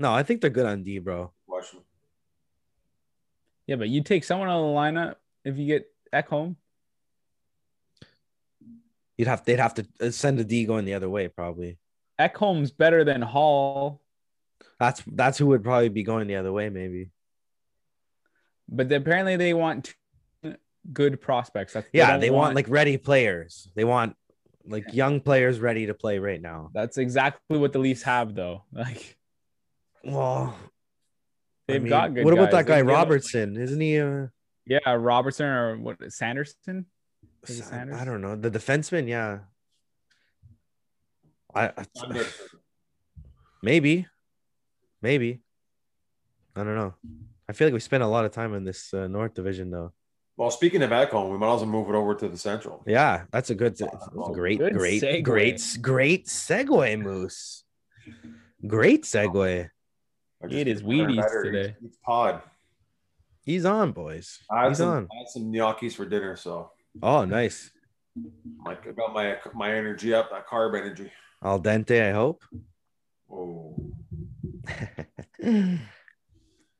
C: No, I think they're good on D, bro.
A: Watch him.
B: yeah, but you take someone out of the lineup if you get Ekholm.
C: You'd have they'd have to uh, send a D going the other way, probably.
B: Ekholm's better than Hall,
C: That's that's who would probably be going the other way, maybe.
B: but apparently they want good prospects. That's,
C: Yeah,
B: don't
C: they want like ready players. They want like young players ready to play right now.
B: that's exactly what the Leafs have though. Like
C: Well, I
B: they've
C: mean,
B: got good.
C: What about
B: guys.
C: that guy
B: They've given-
C: Robertson? Isn't he? Uh,
B: Yeah, Robertson or what? Sanderson. Is it
C: Sa-
B: Sanders?
C: I don't know. The defenseman, yeah. I, I
A: Anderson.
C: maybe, maybe. I don't know. I feel like we spent a lot of time in this uh, North Division, though.
A: Well, speaking of back home, we might as well move it over to the Central.
C: Yeah, that's a good, that's a great,
B: Good
C: great,
B: segue.
C: great, great segue, Moose. Great segue.
A: I
B: It is
A: keep getting
B: Wheaties
A: better each-
B: today.
A: each pod.
C: He's on, boys.
A: I had
C: He's
A: some,
C: on.
A: I had some gnocchis for dinner, so
C: Oh, nice.
A: my, I got my my energy up, that carb energy.
C: Al dente, I hope.
A: Oh,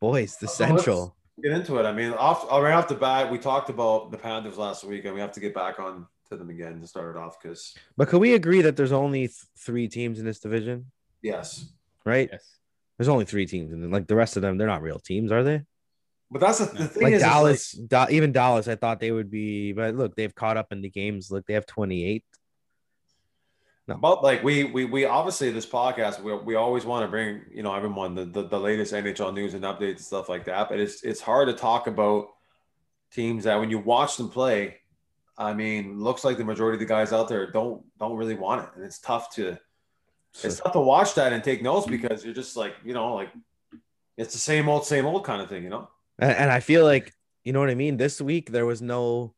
C: boys, the
A: let's-
C: Central.
A: get into it. I mean, off uh, right off the bat, we talked about the Panthers last week, and we have to get back on to them again to start it off because
C: But can we agree that there's only th- three teams in this division,
A: yes,
C: right?
B: Yes.
C: There's only three teams, and then like the rest of them, they're not real teams, are they?
A: but that's the, the thing
C: Like
A: is is,
C: Dallas, Da- even Dallas, I thought they would be, but look, they've caught up in the games. Look, they have 28.
A: But like we we we obviously this podcast we, we always want to bring you know everyone the, the the latest NHL news and updates and stuff like that. But it's it's hard to talk about teams that when you watch them play, I mean, looks like the majority of the guys out there don't don't really want it, and it's tough to it's tough to watch that and take notes because you're just like you know like it's the same old same old kind of thing, you know.
C: And, and I feel like you know what I mean. This week there was no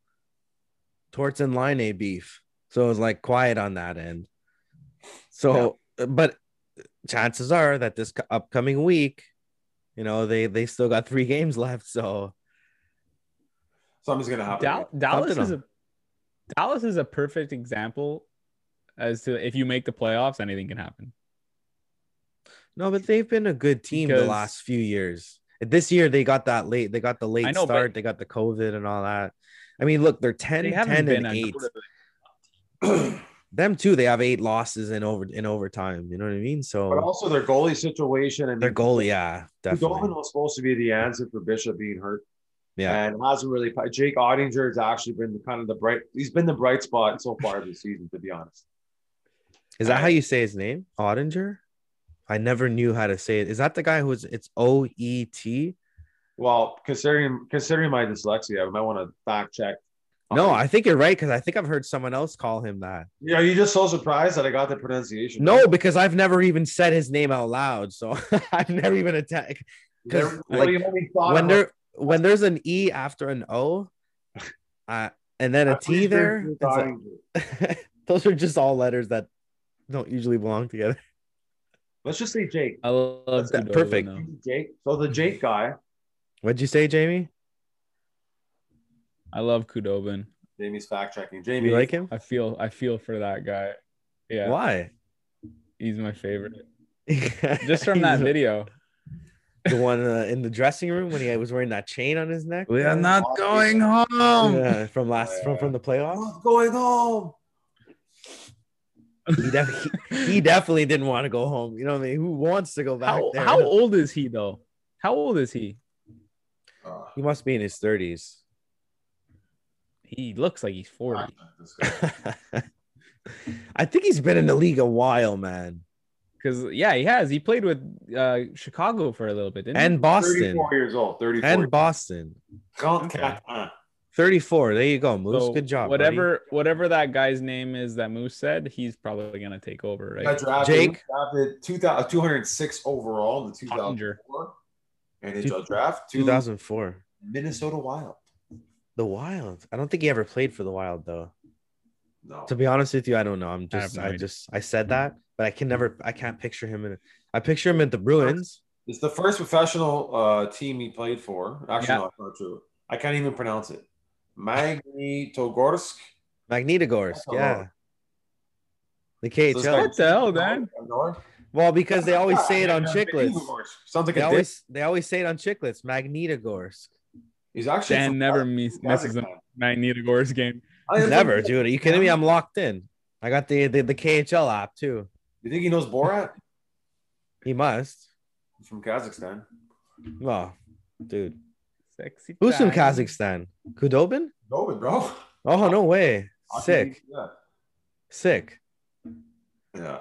C: torts and line a beef, so it was like quiet on that end. So, but chances are that this co- upcoming week, you know, they they still got three games left. So
A: Something's gonna happen.
B: Dal- Dallas
C: Something
B: is a Dallas is a perfect example as to if you make the playoffs, anything can happen.
C: no, but they've been a good team the
B: Because-
C: last few years. This year they got that late. They got the late
B: I know, but-
C: start. They got the COVID and all that. I mean, look, they're 10,
B: They
C: 10
B: haven't been
C: and
B: a
C: eight.
B: good-
C: Them too. They have eight losses in over in overtime. You know what I mean? So
A: but also their goalie situation and
C: Their goalie, yeah,
A: Golovin
C: definitely.
A: was supposed to be the answer for Bishop being hurt.
C: Yeah.
A: and hasn't really. Jake Ottinger has actually been the, kind of the bright. He's been the bright spot so far this season, to be honest.
C: Is that how you say his name? Ottinger? I never knew how to say it. Is that the guy who's it's O E T?
A: Well, considering considering my dyslexia, I might want to fact check.
C: No, I think you're right because I think I've heard someone else call him that.
A: Yeah, you just so surprised that I got the pronunciation.
C: No, because I've never even said his name out loud, so I've never even attacked.
A: because
C: 'cause, like, When
A: they're
C: there when there's an E after an O, uh, and then a T there, it's like- those are just all letters that don't usually belong together.
A: Let's just say Jake.
B: I love
C: That-
B: Goodovin,
C: perfect.
B: though.
A: Jake. So the Jake guy,
C: What'd you say, Jamie?
B: I love Kudobin.
A: Jamie's fact checking. Jamie,
C: You like him?
B: I feel I feel for that guy. Yeah,
C: Why?
B: he's my favorite. Just from that
C: He's-
B: video.
C: the one uh, in the dressing room when he was wearing that chain on his neck.
B: We
A: are not going
B: home.
C: Yeah, from last from from the playoffs.
A: what's going on?
C: He, def- he, he definitely didn't want to go home. You know what I mean? Who wants to go back
B: How,
C: there?
B: how old is he though? How old is he?
A: Uh,
C: he must be in his thirties.
B: He looks like he's
A: fact
B: forty.
A: check this guy.
C: I think he's been in the league a while, man.
B: Because yeah, he has. He played with uh, Chicago for a little bit, didn't
C: And Boston.
A: 34 years old. 34.
C: And Boston.
A: Count
C: Okay.
A: Catan.
C: 34. There you go,
B: he?
C: Moose.
B: So
C: Good job.
B: Whatever whatever that guy's name is that Moose said, he's probably gonna take over,
A: Got
B: right?
A: drafted,
C: Jake?
A: drafted uh, 2000, 206 overall in the 2004
C: Two-
A: NHL draft
C: buddy.
A: to
C: 2004.
A: Minnesota Wild.
C: The Wild. I don't think he ever played for the Wild though.
A: No,
C: to be honest with you, I don't know. I'm
B: I have
C: just,
B: no
C: I,
B: idea.
C: just, I said that, but I can never, I can't picture him in. A, I picture him at the Bruins.
A: it's the first professional uh, team he played for. Actually,
B: Yeah.
A: no, it's not true. I can't even pronounce it. Magnitogorsk.
C: Magnitogorsk,
A: That's a
C: yeah.
A: lot.
C: The
A: So
C: KHL.
A: this guy-
B: What the hell, man?
C: well, because they always say it on
A: Yeah,
C: chicklets.
A: Magnitogorsk. Sounds like
C: They
A: a dick.
C: always, they always say it on chicklets. Magnitogorsk.
A: He's actually
B: Dan
A: from
B: never
A: Kaz-
B: mes- messes up
A: Kazakhstan.
B: Magnitogorsk game.
A: I am
C: Never,
A: from-
C: dude. Are you kidding me? I'm locked in. I got the, the the KHL app too.
A: You think he knows Borat?
C: He must.
A: He's from Kazakhstan.
C: Well, dude.
B: Sexy.
C: Who's from
B: time.
C: Kazakhstan? Kudobin?
A: Going, bro.
C: Oh no way! Sick,
A: Yeah.
C: sick.
A: Yeah.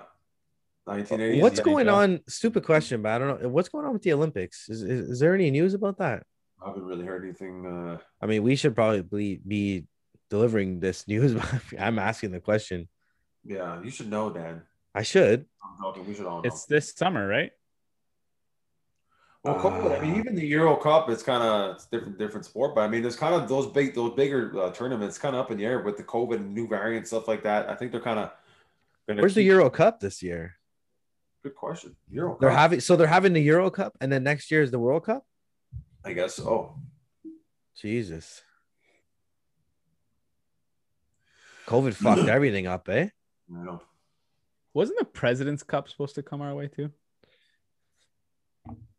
A: 1980s.
C: What's
A: yeah.
C: going
B: NHL.
C: on? Stupid question, but I don't know. What's going on with the Olympics? Is is, is there any news about that?
A: I haven't really heard anything. Uh,
C: I mean, we should probably be delivering this news. but I'm asking the question.
A: yeah, you should know, Dan.
C: I should.
A: I'm joking. We should all know.
B: It's this summer, right?
A: Well, cool. I mean, even the Euro Cup, it's kind of it's different, different sport. But I mean, there's kind of those big, those bigger uh, tournaments, kind of up in the air with the COVID and new variants, stuff like that. I think they're kind of.
C: Where's the Euro Cup this year?
A: Good question. Euro Cup.
C: They're having so they're having the Euro Cup, and then next year is the World Cup.
A: I guess. Oh,
C: Jesus. COVID fucked everything up, eh?
A: I don't know.
B: Wasn't the President's Cup supposed to come our way too?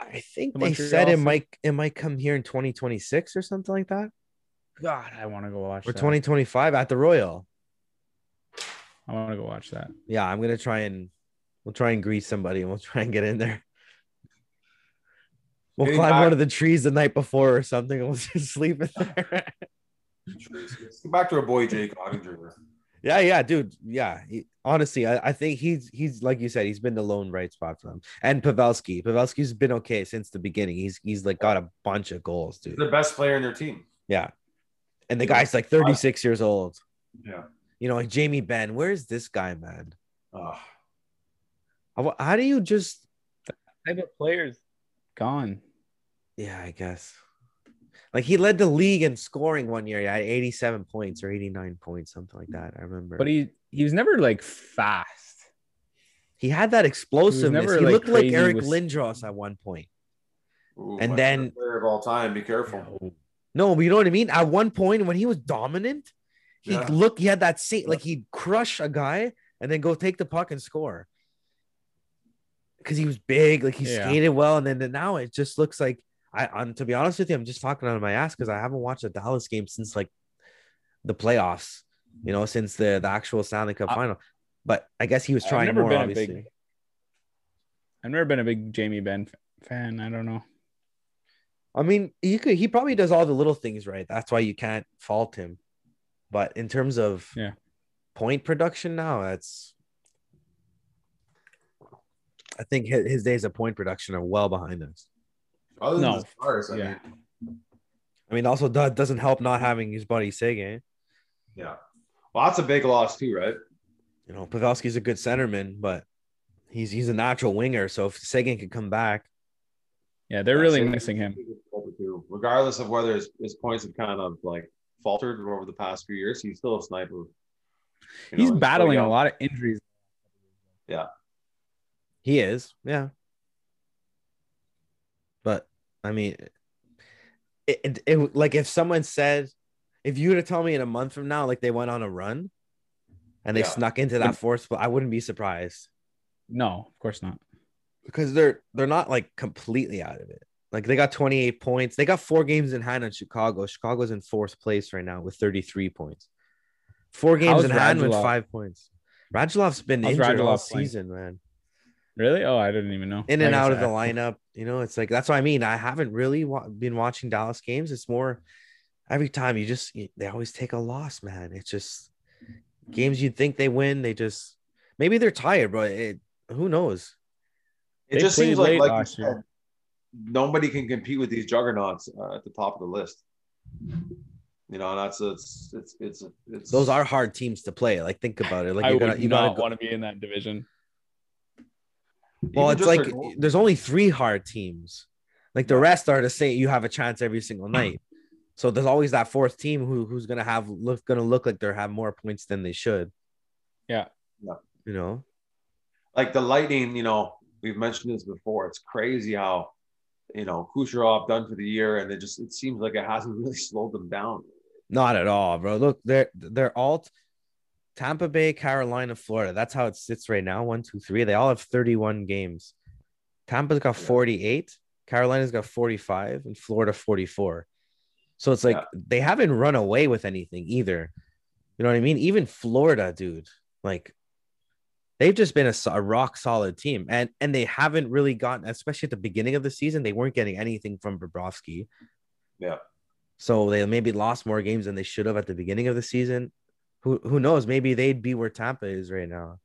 C: I think
B: The
C: they
B: Montreal
C: said it
B: thing?
C: might it might come here in 2026 or something like that,
B: God, I want to go watch.
C: or
B: that.
C: 2025 at the Royal.
B: I want to go watch that.
C: Yeah, I'm gonna try and we'll try and grease somebody and we'll try and get in there. We'll
A: Getting
C: climb
A: back-
C: one of the trees the night before or something, and we'll just sleep in there.
A: Let's go back to our boy Jake Ottinger.
C: Yeah, yeah, dude. Yeah. He- honestly, I, I think he's he's like you said, he's been the lone bright spot for them. And Pavelski. Pavelski's been okay since the beginning. He's he's like got a bunch of goals,
A: He's
C: dude.
A: the best player in their team.
C: Yeah. And the guy's like 36 years old.
A: Yeah.
C: You know, like Jamie Ben. Where is this guy, man?
A: Uh,
C: How, how do you just
B: Type of players gone.
C: yeah, I guess. Like he led the league in scoring one year. He had 87 points or 89 points, something like that. I remember.
B: But he he was never like fast.
C: he had that explosiveness. He,
B: never, like,
C: looked like
B: crazy
C: Eric
B: with-
C: Lindros at one point.
A: ooh,
C: And
A: my
C: then-
A: favorite player of all time. Be careful.
C: No, but you know what I mean? At one point when he was dominant, he
A: Yeah.
C: looked, he had that same, like he'd crush a guy and then go take the puck and score. Cause he was big, like he
B: Yeah.
C: skated well. And then, then now it just looks like I um, to be honest with you, I'm just talking out of my ass because I haven't watched a Dallas game since like the playoffs, you know, since the, the actual Stanley Cup
B: I-
C: final. But I guess he was
B: I've
C: trying
B: never
C: more,
B: been a
C: obviously.
B: big- I've never been a big Jamie Ben f- fan. I don't know.
C: I mean, he could he probably does all the little things right. That's why you can't fault him. But in terms of
B: Yeah.
C: point production now, that's I think his, his days of point production are well behind us.
A: Other than
B: No.
A: the stars, I
B: Yeah.
A: mean,
C: I mean, also that doesn't help not having his buddy Sega.
A: yeah. Well, that's a big loss too, right?
C: You know, Pavelski's a good centerman, but he's he's a natural winger. So if Sagan could come back,
B: Yeah, they're really
A: Same-
B: missing him.
A: Regardless of whether his, his points have kind of like faltered over the past few years, he's still a sniper. You know,
B: He's
A: still
B: battling a
A: young.
B: lot of injuries.
C: He is, yeah. But I mean, it, it, it like if someone said, if you were to tell me in a month from now, like they went on a run and they
A: Yeah.
C: snuck into that fourth spot, I wouldn't be surprised
B: No, of course not.
C: because they're they're not like completely out of it. Like they got 28 points, they got four games in hand on Chicago. Chicago's in fourth place right now with 33 points. Four games
B: How's
C: in hand with
B: Radulov?
C: five points. Radulov's been
B: How's
C: injured all
B: Radulov playing?
C: season, man.
B: Really? Oh, I didn't even know.
C: in and
B: Like I
C: out of the
B: said,
C: lineup. You know, it's like that's what I mean. I haven't really wa- been watching Dallas games. It's more every time you just you- they always take a loss, man. It's just games you'd think they win, they just maybe they're tired, but it, who knows?
A: It
B: They
A: just seems
B: played
A: like,
B: late
A: like you
B: last year.
A: said, nobody can compete with these juggernauts uh, at the top of the list. You know, and that's it's it's it's it's
C: Those are hard teams to play. Like think about it. Like
B: I
C: you
B: would
C: gotta, you
B: not
C: gotta go,
B: want to be in that division.
A: even
C: well, it's
A: just
C: like
A: their goal-
C: there's only three hard teams. Like the rest are to say you have a chance every
A: Hmm.
C: single night. So there's always that fourth team who who's gonna have look gonna look like they are have more points than they should.
B: Yeah.
A: Yeah.
C: You know.
A: like the Lightning, you know, we've mentioned this before. It's crazy how, you know, Kucherov done for the year, and it just it seems like it hasn't really slowed them down.
C: Not at all, bro. Look, they're they're all t- Tampa Bay, Carolina, Florida. That's how it sits right now. One, two, three. They all have 31 games. Tampa's got
A: Yeah.
C: 48, Carolina's got 45, and Florida 44. So it's like
A: Yeah.
C: they haven't run away with anything either. You know what I mean? Even Florida, dude, like they've just been a, so- a rock solid team, and and they haven't really gotten, especially at the beginning of the season, they weren't getting anything from Bobrovsky.
A: Yeah.
C: So they maybe lost more games than they should have at the beginning of the season. Who who knows? Maybe they'd be where Tampa is right now.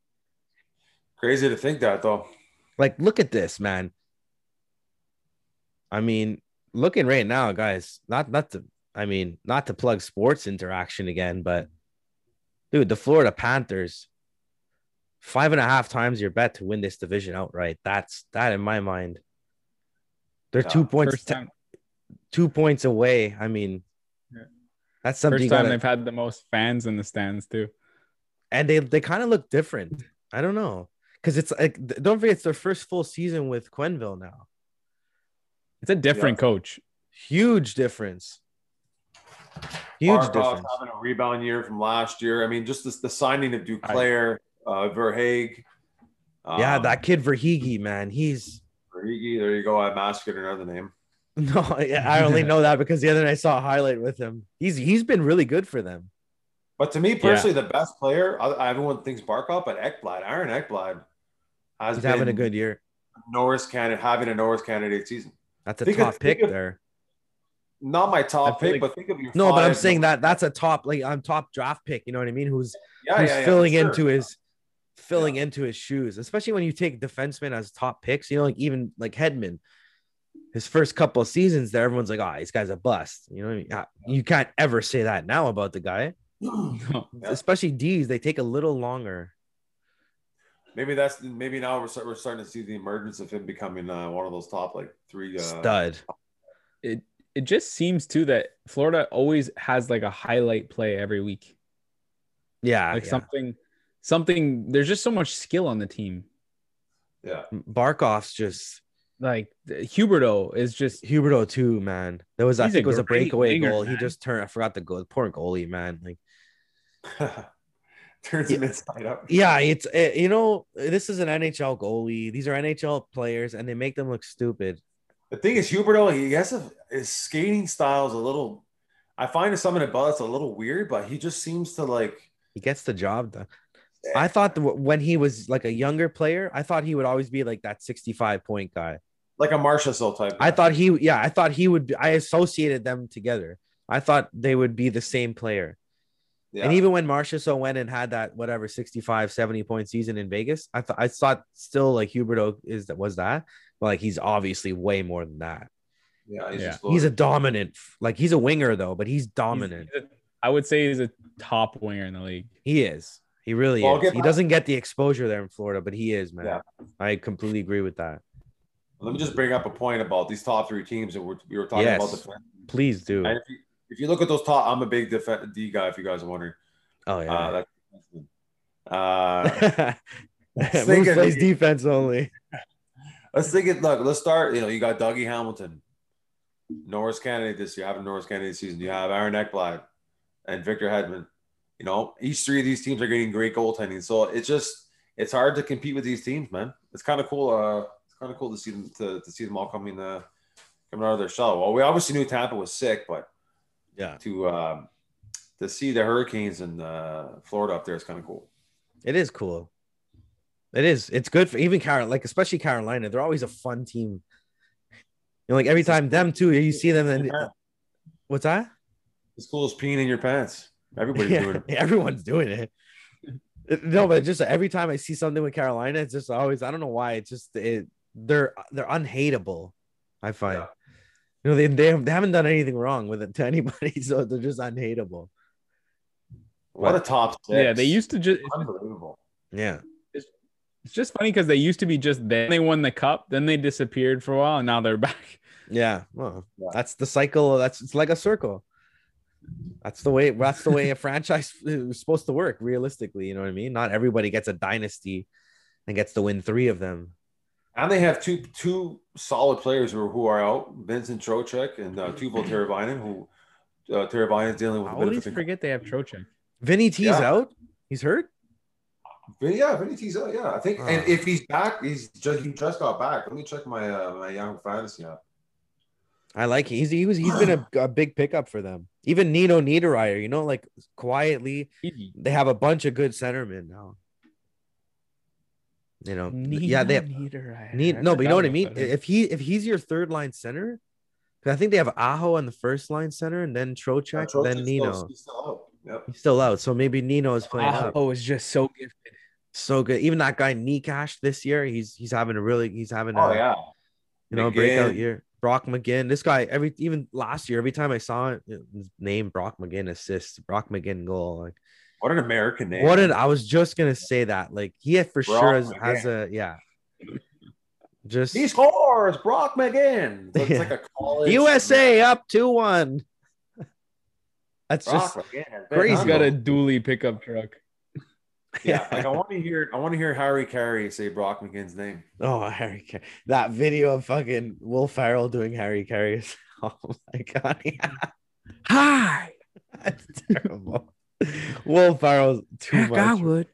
A: Crazy to think that though.
C: Like, look at this, man. I mean, looking right now, guys, not not to I mean, not to plug sports interaction again, but dude, the Florida Panthers, five and a half times your bet to win this division outright. That's that in my mind. They're
A: Yeah,
C: two points
B: First time,
C: two points away. I mean,
B: Yeah.
C: that's something.
B: first
C: You
B: time
C: gotta-
B: they've had the most fans in the stands too.
C: and they they kind of look different. I don't know because it's like th- don't forget it's their first full season with Quenville now.
B: It's a different coach.
C: Huge difference. Huge
A: Barkov
C: difference.
A: having a rebound year from last year. I mean, just this, the signing of Duclair, uh, Verhaeg. Um,
C: yeah, that kid Verhege, man, he's
A: Verhaeghe, there you go. I masked another name.
C: no. yeah, I only know that because the other night I saw a highlight with him. He's he's been really good for them.
A: But to me personally, the best player, I- everyone thinks Barkov, but Ekblad, Aaron Ekblad, has
C: He's
A: been
C: having a good year.
A: Norris candidate, having a Norris candidate season.
C: That's a
A: Think of-
C: top
A: think
C: pick
A: of-
C: there.
A: Not my
B: I
A: top
B: feel
A: pick,
B: like-
A: but think of your
C: No, but I'm
A: five-
C: saying that that's a top like I'm top draft pick. You know what I mean? Who's
A: yeah,
C: who's
A: yeah, yeah,
C: filling
A: for sure.
C: into his filling into his shoes, especially when you take defensemen as top picks. You know, like even like Hedman, his first couple of seasons there, everyone's like, "Oh, this guy's a bust." You know, what I mean? Ah, you can't ever say that now about the guy,
B: No.
A: Yeah.
C: especially D's. They take a little longer.
A: Maybe that's maybe now we're, start, we're starting to see the emergence of him becoming uh, one of those top like three. Uh,
C: Stud.
B: It it just seems too that Florida always has like a highlight play every week.
C: Ah, Yeah,
B: Like
C: yeah.
B: something something there's just so much skill on the team.
A: Yeah,
C: Barkoff's just
B: Like Huberto is just
C: Huberto too, man. There was I
B: He's a
C: think it was a
B: great
C: breakaway
B: winger,
C: goal. He
B: man.
C: just turned. I forgot the goal. Poor goalie, man. Like.
A: turns him inside out.
C: Yeah, it's eh, you know this is an NHL goalie. These are NHL players, and they make them look stupid.
A: The thing is, Huberto, he has a his skating style is a little. I find something about it's a little weird, but he just seems to like.
C: He gets the job done. I thought the, when he was like a younger player, I thought he would always be like that 65 point guy.
A: Like a Marcia Sol type.
C: I thought he, yeah, I thought he would. Be, I associated them together. I thought they would be the same player.
A: yeah.
C: And even when Marcia so went and had that whatever 65, 70 point season in Vegas, I thought I thought still like Huberto is that was that, but like he's obviously way more than that.
A: yeah, he's,
B: Yeah.
A: just
C: He's a dominant, like he's a winger though, but he's dominant.
B: he's a- I would say he's a top winger in the league.
C: He is. He really
A: Well, I'll
C: is.
A: get
C: He
A: back-
C: doesn't get the exposure there in Florida, but he is, man.
A: Yeah.
C: I completely agree with that.
A: Let me just bring up a point about these top three teams that we're, we were talking about.
C: Yes.
A: The,
C: Please do.
A: and if, you, if you look at those top, I'm a big def- D guy. If you guys are wondering,
C: oh yeah.
A: uh, that, uh,
C: Moose
A: thinking-
C: plays defense only.
A: Let's think it. Look, let's start. You know, you got Dougie Hamilton, Norris Kennedy this year. Having Norris Kennedy this season, you have Aaron Eckblad and Victor Hedman. You know, each three of these teams are getting great goaltending. So it's just it's hard to compete with these teams, man. It's kind of cool. Uh, it's kind of cool to see them to, to see them all coming uh coming out of their shell. Well, we obviously knew Tampa was sick, but
C: Yeah.
A: to um, to see the Hurricanes in uh, Florida up there is kind of cool.
C: It is cool. It is. It's good for even Carolina, like especially Carolina. They're always a fun team. You know, like every time them too, you see them and what's that?
A: It's cool as peeing in your pants. Everybody's
C: Yeah,
A: doing it.
C: everyone's doing it. It- No, but just every time I see something with Carolina, it's just always I don't know why. It's just it, they're they're unhateable. I find
A: Yeah.
C: you know they they, have, they haven't done anything wrong with it to anybody, so they're just unhateable.
A: What a top six.
B: Yeah, they used to just
A: unbelievable.
C: Yeah,
B: it's just funny because they used to be just there. They won the cup, then they disappeared for a while, and now they're back.
C: yeah. Well,
A: Yeah.
C: that's the cycle. That's it's like a circle. That's the way. That's the way a franchise is supposed to work. Realistically, you know what I mean. Not everybody gets a dynasty and gets to win three of them.
A: And they have two two solid players who are, who are out, Vincent Trocek and
C: Hmm.
A: uh, Tuval Teravainen, who uh, Teravainen's dealing
B: I
A: with a
B: always
A: bit of a
B: forget they have Trocheck.
C: Vinny T's
A: Yeah.
C: out. He's hurt.
A: But yeah, Vinny's out. Yeah, I think.
C: Ah.
A: And if he's back, he's just he just got back. Let me check my uh, my Yahoo Fantasy app.
C: I like it. He's he was he's been a, a big pickup for them. Even Nino Niederreiter, you know, like quietly they have a bunch of good centermen now. You know, Um, yeah, they have,
B: Niederreiter.
C: need no, but
B: forgot
C: you know what I
B: about
C: mean.
B: him.
C: If he if he's your third line center, 'Cause I think they have Aho on the first line center, and then Trocheck,
A: Trocek's
C: then
A: still-
C: Nino.
A: he's still out. Yep.
C: He's still out, so maybe Nino is playing up.
B: Oh, it's just so gifted.
C: So good. Even that guy Nikash this year, he's he's having a really he's having a
A: Oh yeah.
C: you know breakout
A: McGinn.
C: year. Brock McGinn, this guy every even last year, every time I saw it, his name Brock McGinn assist, Brock McGinn goal. Like
A: What an American name.
C: what an I was just gonna say that like he had for sure
A: Brock
C: has, has a yeah, just
A: He scores, Brock McGinn. Looks
C: Yeah.
A: like a college.
C: USA up two one. That's
A: Brock
C: just
A: McGinn has been
C: crazy.
B: He's got a
A: unbelievable.
B: dually pickup truck.
A: Yeah, like I want to hear. I want to hear Harry Carey say Brock McGinn's name.
C: Oh, Harry Carey. That video of fucking Will Farrell doing Harry Carey. is- Oh my god. Yeah. Hi. That's terrible. Will Farrell's too much.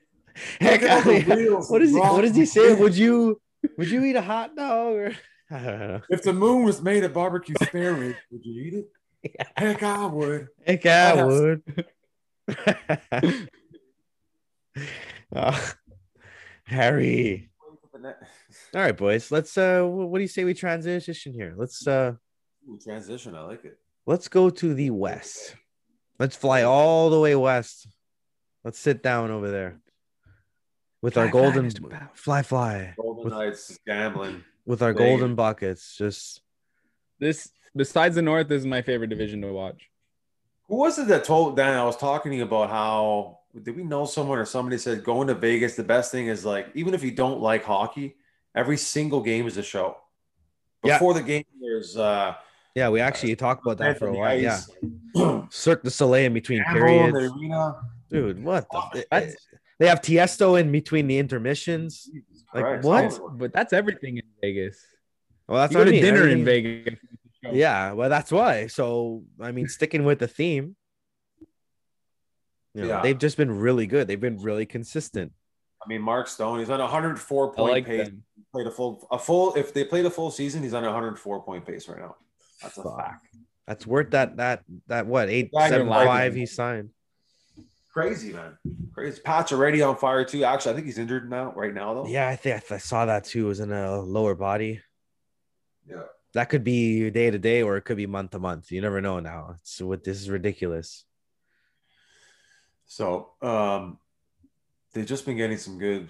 A: Look
C: Heck,
A: at all the
C: I-
A: wheels
C: what is he
A: Brock
C: what does he say?
A: McGinn.
C: Would you would you eat a hot dog or I don't know.
A: If the moon was made of barbecue spare rib, would you eat it? Heck, I would.
C: Heck I
A: What
C: would. Oh, Harry. All right, boys. Let's uh wh- what do you say we transition here? Let's uh
A: Ooh, transition. I like it.
C: Let's go to the west. Let's fly all the way west. Let's sit down over there with our
B: Fly, fly,
C: golden
B: Mr. Bow.
C: fly fly
A: Golden
C: With-
A: Knights gambling.
C: with our
A: There you
C: golden buckets. Just
B: This besides the North this is my favorite division to watch.
A: Who was it that told Dan? I was talking to you about how did we know someone or somebody said going to Vegas? The best thing is like even if you don't like hockey, every single game is a show.
C: Yeah.
A: Before the game, there's uh,
C: yeah, we actually talked about that for a
A: on the
C: while. Yeah,
A: ice, Gamble
C: Cirque du Soleil in between
A: in the
C: periods,
A: arena.
C: dude. What
A: Oh,
C: the? eh,
B: That's-
C: They have Tiesto in between the intermissions.
A: Jesus
C: Like,
A: Christ.
C: what?
B: But that's everything in Vegas.
C: Well, that's
B: you go
C: what
B: to
C: I mean.
B: dinner in
C: Everything-
B: Vegas.
C: Yeah, well, that's why. So, I mean, sticking with the theme, you know,
A: Yeah.
C: they've just been really good. They've been really consistent.
A: I mean, Mark Stone. He's on a 104
B: I
A: point
B: like
A: pace.
B: them.
A: Played a full, a full. If they played a full season, he's on a 104 point pace right now. That's a
C: Fuck.
A: fact.
C: That's worth that that that what eight
A: Guy
C: seven
B: you're lying.
C: five he signed.
A: Crazy man, crazy. Pat's already on fire too. Actually, I think he's injured now. Right now though.
C: Yeah, I think I saw that too. It was in a lower body.
A: Yeah.
C: That could be day to day or it could be month to month. You never know now. It's what this is ridiculous.
A: So um, they've just been getting some good.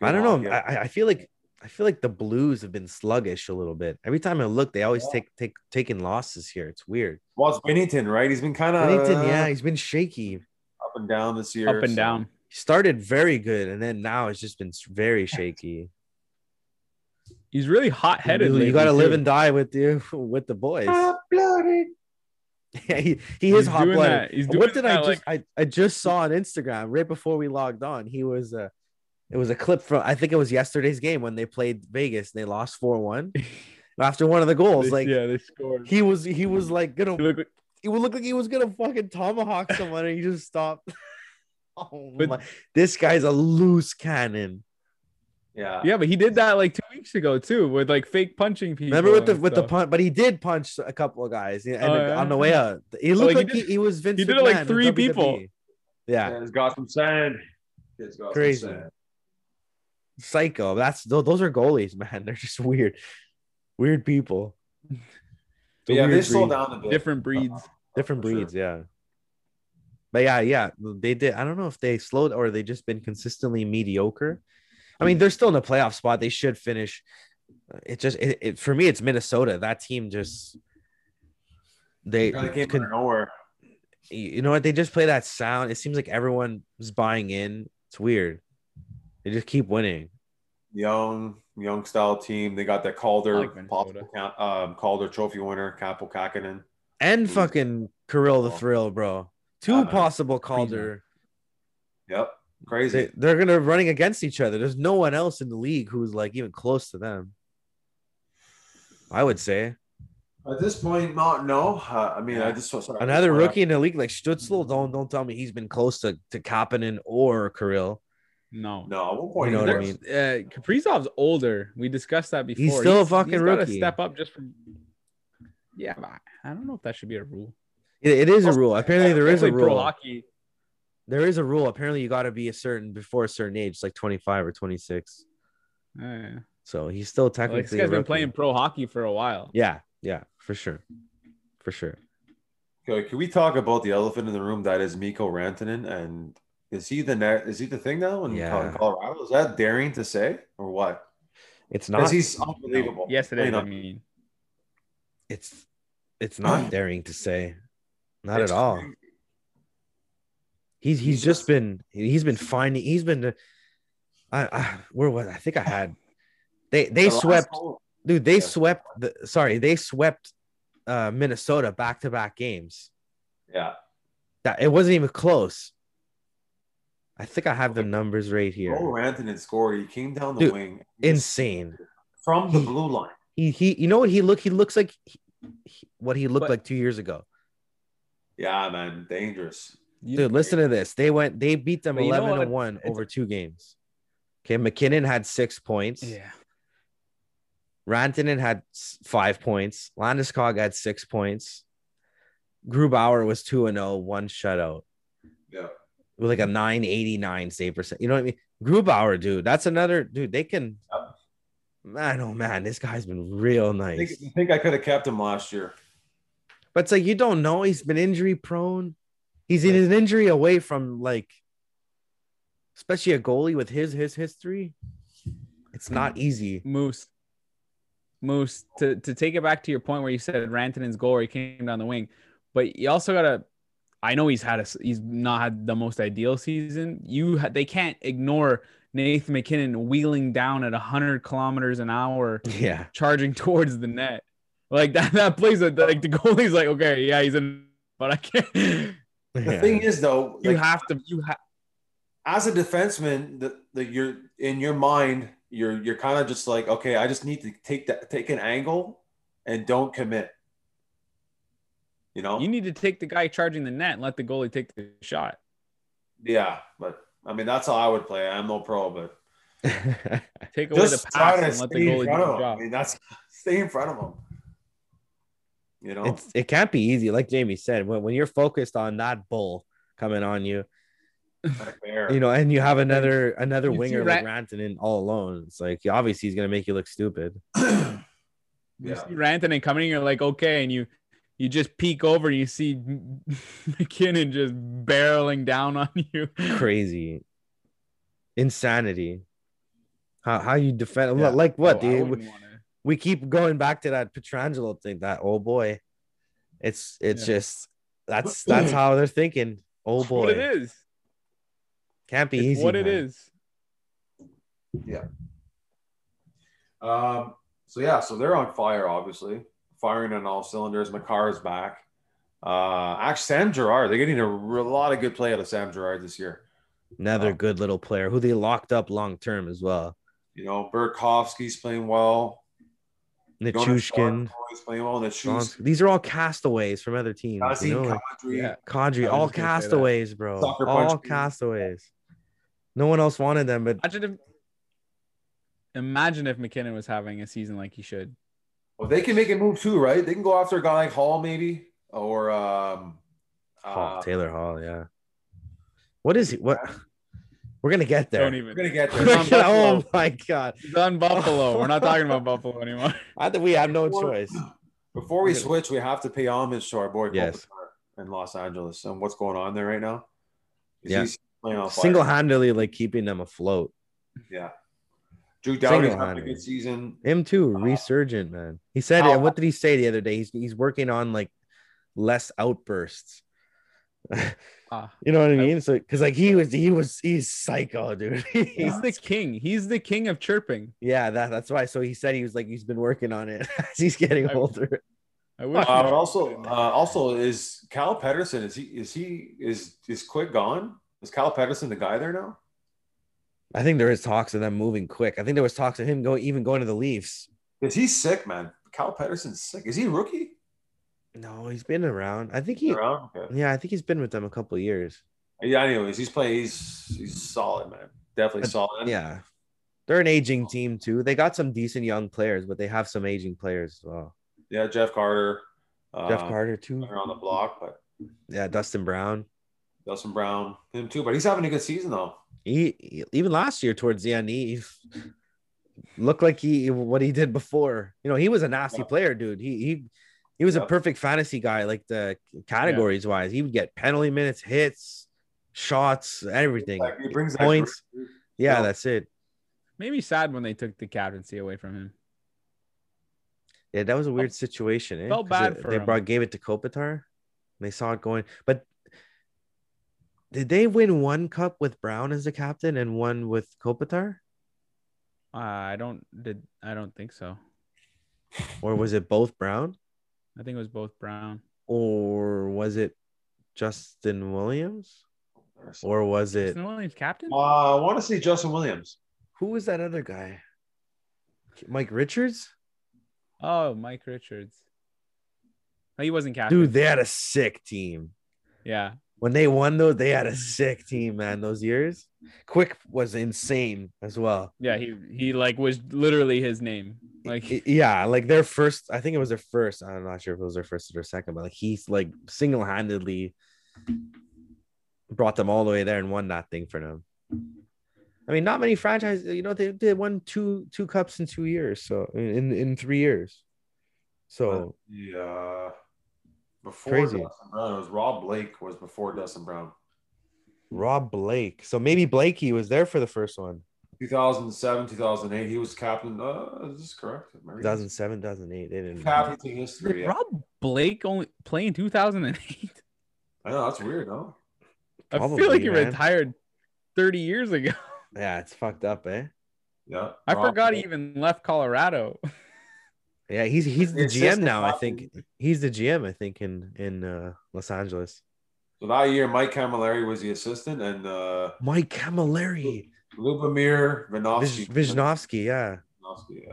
C: I
A: good
C: don't
A: hockey.
C: know. I I- I feel like I feel like the Blues have been sluggish a little bit. Every time I look, they always
A: Yeah.
C: take take taking losses here. It's weird.
A: well, it's Bennington, right? He's been kind of
C: Bennington, yeah, he's been shaky.
A: up and down this year.
B: Up and
A: so-
B: down.
C: He started very good, and then now it's just been s- very shaky.
B: He's really hot headed.
C: You, got to live and die with the with the boys.
A: Uh, Hot-blooded.
C: Yeah, he, he is hot
B: doing
C: blooded.
B: that. He's doing
C: What did I
B: that,
C: just
B: like,
C: I, I just saw on Instagram right before we logged on? He was uh it was a clip from I think it was yesterday's game when they played Vegas and they lost 4-1 after one of the goals.
B: this-
C: Like
B: yeah, they scored.
C: he was he was like gonna
B: He looked like-
C: it would look like he was gonna fucking tomahawk someone and he just stopped. oh
B: But-
C: my this guy's a loose cannon.
A: Yeah.
B: yeah, but he did that like two weeks ago too, with like fake punching people.
C: Remember with the
B: and
C: with the
B: stuff.
C: punch, but he did punch a couple of guys yeah, and
B: Oh,
C: uh,
B: yeah. Oh,
C: on the way out. He looked
B: he
C: like, he,
B: did-
C: he was Vince.
B: did it, like,
C: McMahon in
B: three
C: WWE.
B: people.
C: Yeah.
A: Kid's got some sand. Kid's got
C: Crazy.
A: Some sand.
C: psycho. That's tho- those are goalies, man. They're just weird, weird people. It's a
A: But yeah,
C: weird
A: they Uh-huh. slowed
C: breed.
A: down a bit.
B: different breeds.
C: different
A: Oh, for sure.
C: breeds. Yeah, but yeah, yeah, they did. I don't know if they slowed or they just been consistently mediocre. I
A: Hmm.
C: mean, they're still in the playoff spot. They should finish. It just it, it for me, it's Minnesota. That team just they
A: Kinda came
C: could,
A: out of nowhere.
C: you know what they just play that sound. It seems like everyone's buying in. It's weird. They just keep winning.
A: young, young style team. They got that Calder
B: I like Minnesota.
A: possible count, um, Calder Trophy winner, Capo Kakinen.
C: and
A: Mm.
C: fucking Kirill the
A: Oh.
C: Thrill, bro. Two
A: Yeah, man.
C: possible Calder.
A: Yep, crazy.
C: They, they're gonna running against each other. There's no one else in the league who's like even close to them. I would say
A: At this point, not no. Uh, I mean, I just saw sorry,
C: another
A: I just saw
C: rookie in the league like Stutzel. Don't don't tell me he's been close to to Kapanen or Kirill.
B: No,
A: that. No, at one point,
C: You know
A: he
C: what I
A: was-
C: mean?
B: Uh, Kaprizov's older. We discussed that before.
C: still a fucking
B: he's gotta
C: rookie.
B: Step up just from. Yeah, but I- I don't know if that should be a rule.
C: It- it is a rule. Apparently there is a
B: Play pro
C: rule.
B: hockey.
C: There is a rule. Apparently you got to be a certain before a certain age, like 25 or 26.
B: Uh,
C: So he's still
B: like, this
C: technically.
B: guy's
C: a
B: been
C: rookie.
B: playing pro hockey for a while.
C: Yeah, Yeah, for sure. For sure.
A: Okay, can we talk about the elephant in the room that is Miko Rantanen? And is he the net? Is he the thing now in Col-
C: Yeah.
A: Colorado? Is that daring to say or what?
C: It's
A: Because
C: not
A: he's unbelievable.
B: Yes, it
A: Plain
B: is. I
A: up.
B: mean,
C: it's it's not daring to say. Not
A: It's
C: at all.
A: crazy.
C: He's he's
A: He's
C: just
A: just-
C: been he's been finding he's been I, I where was I think I had they they
A: The last
C: swept
A: hole-
C: dude they
A: Yeah.
C: swept the sorry they swept uh Minnesota back to back games
A: Yeah.
C: that it wasn't even close. I think I have the numbers right here.
A: Miko Rantanen scored. He came down the
C: Dude,
A: wing
C: Insane.
A: from the
C: he-
A: blue line.
C: He he you know what he look he looks like he- he- what he looked
B: But-
C: like 2 years ago.
A: Yeah, man, dangerous.
B: you,
C: Dude, listen to this. They went they beat them
B: But you know
C: 11 to
B: what?
C: 1
B: It's-
C: over two games. Okay, McKinnon had 6 points.
B: Yeah.
C: Rantanen had s- five points. Landeskog had six points. Grubauer was 2 and 0, one shutout
A: Yeah.
C: with like a 989 save percent. You know what I mean? Grubauer, dude, that's another dude. They can,
A: Yep.
C: man, oh man, this guy's been real
A: I think,
C: nice.
A: I think I could have kept him last year.
C: But it's like, you don't know. He's been injury prone. He's in an injury away from like, especially a goalie with his his history. It's not easy.
B: Moose. Moose, to, to take it back to your point where you said Rantanen's goal, where he came down the wing, but you also gotta. I know he's had a s- he's not had the most ideal season. You ha, they can't ignore Nathan McKinnon wheeling down at 100 kilometers an hour,
C: Yeah.
B: charging towards the net. Like that that plays that like the goalie's like okay yeah he's in, but I can't.
A: The
C: Yeah.
A: thing is, though,
B: You
A: like,
B: have to you have
A: as a defenseman, the, the you're in your mind, you're you're kind of just like, okay, I just need to take that take an angle and don't commit. You know?
B: you need to take the guy charging the net and let the goalie take the shot.
A: yeah, but I mean that's how I would play. I'm no pro, but
B: Take away
A: just
B: the
A: try
B: pass
A: to
B: and let the
A: stay in
B: goalie do
A: front of
B: the
A: him. I
B: job.
A: mean, that's stay in front of him. You know,
C: it's it can't be easy like jamie said when, when you're focused on that bull coming on you
A: like there.
C: you know and you have another another
B: You see
C: winger
B: Rat-
C: like rantanen all alone it's like obviously he's gonna make you look stupid
B: You
A: Yeah.
B: see Rantanen coming, you're like, okay, and you you just peek over and you see McKinnon just barreling down on you.
C: crazy insanity how how you defend
A: Yeah.
C: like what
B: Oh, I
C: dude?
B: wouldn't wanna-
C: we keep going back to that petrangelo thing that oh boy it's it's
B: Yeah.
C: just that's that's how they're thinking oh
B: It's what
C: boy
B: it is.
C: can't be
B: It's
C: easy
B: what it
C: man.
B: is.
A: Um, so yeah, so they're on fire, obviously, firing on all cylinders. Makar is back. Uh, actually, Sam Gerard, they're getting a r- lot of good play out of Sam Gerard this year.
C: another
A: Oh.
C: good little player who they locked up long term as well
A: You know, Burkowski's playing well. Jonas
C: Nichushkin.
A: Donskoy's playing well. Nichushkin,
C: Johnson. These are all castaways from other teams.
A: Nazem
C: You know, like
A: Kadri.
B: Yeah.
C: Kadri,
B: I was
C: all
B: just gonna say that.
C: castaways, bro.
A: Soccer punch
C: all
A: team.
C: castaways. No one else wanted them, but
B: Imagine if, imagine if McKinnon was having a season like he should.
A: Well, they can make a move too, right? They can go after a guy like Hall, maybe, or um,
C: Hall,
A: uh,
C: Taylor Hall, yeah. What is he? What? We're gonna get there.
B: Don't even.
A: we're gonna get
B: We're
A: there.
B: on Buffalo.
C: oh my god!
B: He's on Buffalo. We're not talking about Buffalo anymore.
C: I think we have no
A: Before-
C: choice.
A: Before we
C: We're gonna-
A: switch, we have to pay homage to our boy
C: Yes.
A: Kopitar in Los Angeles and what's going on there right now.
C: Yeah.
A: He's playing on fire.
C: Single-handedly, like keeping them afloat.
A: Yeah. Drew Dowdy's having a
C: Single-handedly.
A: good season.
C: Him too, resurgent man. He said,
A: How-
C: "What did he say the other day? He's he's working on like less outbursts."
B: Ah,
C: You know what I mean? So because like he was he was he's psycho, dude. He's-
B: he's the king. He's the king of chirping.
C: yeah, that, that's why. So he said he was like he's been working on it as he's getting
B: I-
C: older.
B: I
A: Uh,
B: wish. we
A: but
B: were
A: also,
B: doing
A: uh,
B: that.
A: also is Cal Pedersen? Is he? Is he? Is is Quick gone? Is Cal Pedersen the guy there now?
C: I think there is talks of them moving quick. I think there was talks of him go even going to the Leafs.
A: Is he sick, man? Cal Pedersen's sick. Is he a rookie?
C: No, he's been around. I think he.
A: Around? Okay.
C: Yeah, I think he's been with them a couple of years.
A: Yeah. Anyways, he's playing. He's he's solid, man. Definitely
C: But-
A: solid. And Oh.
C: Yeah, they're an aging team too. They got some decent young players, but they have some aging players as well.
A: Yeah. Jeff Carter. Uh,
C: Jeff Carter too.
A: on the block, but
C: Yeah, Dustin Brown.
A: Dustin Brown, him too. But he's having a good season though.
C: He even last year towards the end, he Look like he what he did before. You know, he was a nasty
A: Yeah.
C: player, dude. He he he was
A: Yeah.
C: a perfect fantasy guy, like the categories wise. He would get penalty minutes, hits, shots, everything.
A: Like, he brings that
C: points.
A: grit.
C: yeah,
A: Yeah.
C: that's it.
B: Made me sad when they took the captaincy away from him.
C: Yeah, that was a weird situation. Eh?
B: felt
C: 'Cause
B: bad
C: it-
B: for
C: they
B: him.
C: brought gave it to Kopitar. and They saw it going, but did they win one cup with Brown as the captain and one with Kopitar,
B: Uh, I don't did I don't think so.
C: or was it both Brown,
B: I think it was both Brown.
C: or was it Justin Williams, or was it
B: Justin Williams captain?
A: Uh, I want to see Justin Williams.
C: who was that other guy? Mike Richards,
B: Oh, Mike Richards. No, he wasn't captain.
C: dude. They had a sick team.
B: Yeah.
C: when they won though, they had a sick team, man. Those years, Quick was insane as well.
B: Yeah, he he like was literally his name. Like
C: Y- yeah, like their first, I think it was their first. I'm not sure if it was their first or their second, but like he's like single handedly brought them all the way there and won that thing for them. I mean, not many franchises, you know, they, they won two two cups in two years, so in in three years.
B: Oh.
C: So
A: Yeah. uh, Before
C: Crazy.
A: Dustin Brown, it was Rob Blake was before Dustin Brown.
C: Rob Blake, so maybe Blakey was there for the first one,
A: 2007, 2008, he was captain. Uh, is this correct? Am I reading this?
C: 2007, 2008. They didn't.
A: Captain in
B: did
A: history. yeah.
B: Rob Blake only play in 2008.
A: I know that's weird, huh?
B: I
C: Probably,
B: feel like he
C: man.
B: retired 30 years ago.
C: Yeah, it's fucked up, eh?
A: Yeah.
B: I
A: Rob
B: forgot he
A: Blake.
B: even left Colorado.
C: Yeah, he's he's the
A: It's
C: GM
A: just
C: now. I
A: not-
C: think he's the GM. I think in in uh, Los Angeles.
A: So that year, Mike Camilleri was the assistant, and uh,
C: Mike Camilleri,
A: Lubomir Vinovsky.
C: Vis- Viznovsky. Yeah,
A: Vinovsky, yeah.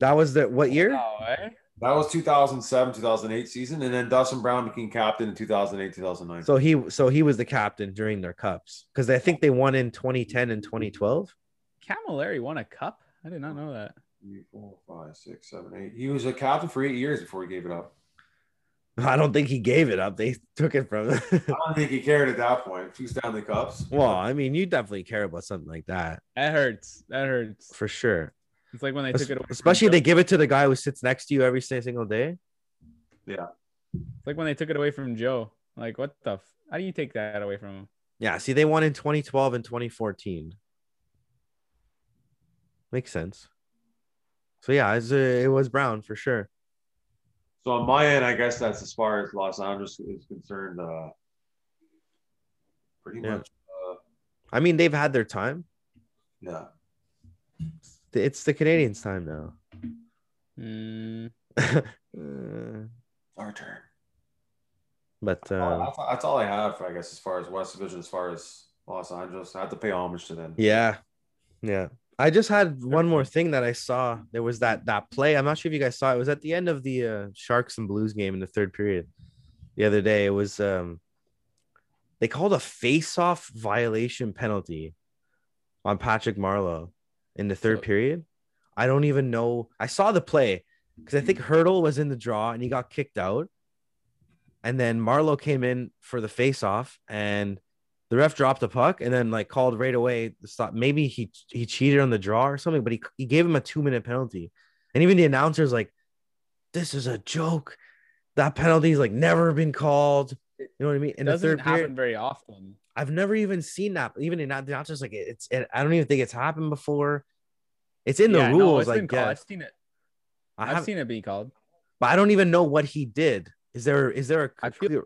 C: that was the what year?
B: Wow, eh?
A: That was 2007, 2008 season, and then Dustin Brown became captain in 2008, 2009.
C: So he so he was the captain during their cups because I think they won in 2010 and 2012.
B: Camilleri won a cup. I did not know that.
A: Three, four, five, six, seven, eight. He was a captain for eight years before he gave it up.
C: I don't think he gave it up. They took it from him.
A: I don't think he cared at that point. Two Stanley Cups.
C: well, I mean, you definitely care about something like that
B: That hurts. That hurts.
C: for sure.
B: It's like when they took it away. from
C: Especially they
B: Joe-
C: give it to the guy who sits next to you every single day.
B: it's like when they took it away from Joe. Like what the? F- How do you take that away from him?
C: Yeah, see, they won in 2012 and 2014. Makes sense. So yeah, it's, uh, it was Brown for sure.
A: So on my end, I guess that's as far as Los Angeles is concerned. Uh, pretty
C: Yeah.
A: much,
C: I mean, they've had their time.
A: yeah.
C: It's the Canadians' time now.
B: Mm,
C: Uh,
A: Our turn.
C: but
A: Oh,
C: uh,
A: that's, that's all I have, I guess, as far as West Division, as far as Los Angeles. I have to pay homage to them.
C: yeah, yeah. I just had one more thing that I saw. There was that that play. I'm not sure if you guys saw. It, it was at the end of the uh, Sharks and Blues game in the third period the other day. It was um, they called a face-off violation penalty on Patrick Marlowe in the third
B: So-
C: period. I don't even know. I saw the play because I think Hurdle was in the draw and he got kicked out. And then Marlowe came in for the face-off and the ref dropped the puck and then like called right away the stop. Maybe he he cheated on the draw or something, but he, he gave him a two-minute penalty. And even the announcer's like, this is a joke. That penalty's like never been called. You know what I mean?
B: it
C: In the
B: doesn't
C: third
B: happen
C: period.
B: very often.
C: I've never even seen that. Even in not not just like it- it's. It, I don't even think it's happened before. It's in the
B: Yeah, no,
C: rules,
B: it's
C: I
B: been called. I've
C: guess.
B: seen it.
C: I
B: I've
C: have,
B: seen it being called.
C: but I don't even know what he did. Is there is there a
B: I feel-
C: clear-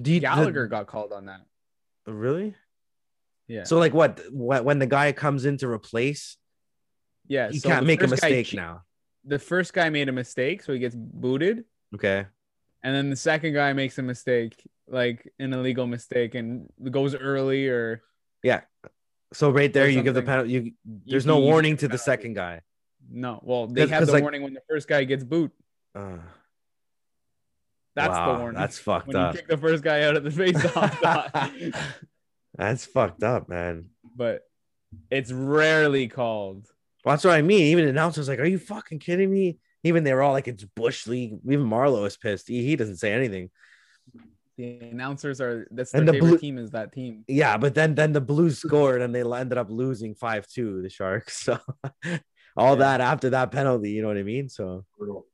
C: do you, the-
B: Gallagher got called on that.
C: really?
B: Yeah.
C: So like what, what when the guy comes in to replace,
B: yeah.
C: he
B: so
C: can't
B: the
C: make a
B: first guy
C: mistake
B: che-
C: now.
B: The first guy made a mistake, so he gets booted,
C: Okay.
B: and then the second guy makes a mistake, like an illegal mistake, and goes early or
C: So right there, you give the
B: something.
C: penalty. You there's
B: you-
C: no
B: you get
C: warning
B: a
C: to the
B: penalty.
C: second guy.
B: No, well, they
C: 'Cause-
B: have
C: 'cause,
B: the
C: like-
B: warning when the first guy gets boot.
C: Uh,
B: That's
C: wow,
B: the warning.
C: That's fucked
B: when you
C: up.
B: kick the first guy out of the face off. dot.
C: That's fucked up, man.
B: but it's rarely called.
C: Well, that's what I mean. Even the announcers like, "Are you fucking kidding me?" Even they were all like, "It's bush league." Even Marlowe is pissed. He, he doesn't say anything.
B: The announcers are that's their
C: And the
B: favorite
C: blue-
B: team is that team.
C: Yeah, but then then the Blues scored and they ended up losing five two. The Sharks. So all
A: Yeah.
C: that after that penalty. You know what I mean? So,
A: Brutal.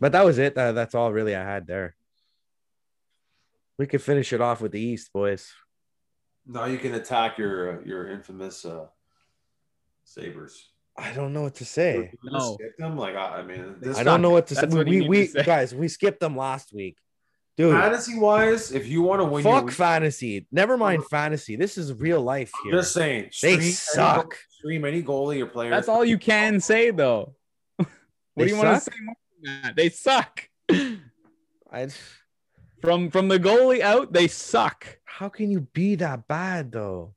C: but that was it. That, that's all really I had there. We could finish it off with the East, boys.
A: Now you can attack your your infamous uh, Sabers.
C: I don't know what to say.
B: No.
A: them like I, I mean, this
C: I don't know what to say.
B: That's what he
C: We,
B: needed
C: we
B: to say.
C: guys, we skipped them last week, dude.
A: Fantasy wise, if you want to win, your
C: Fuck
A: week-
C: fantasy. Never mind fantasy. This is real life
A: I'm
C: here.
A: just saying,
C: They
A: stream any-
C: suck.
A: Stream any goalie or player.
B: That's all you can say though.
C: They
B: what do you want to
C: suck?
B: say more than that? They suck.
C: I,
B: From from the goalie out, they suck.
C: how can you be that bad though?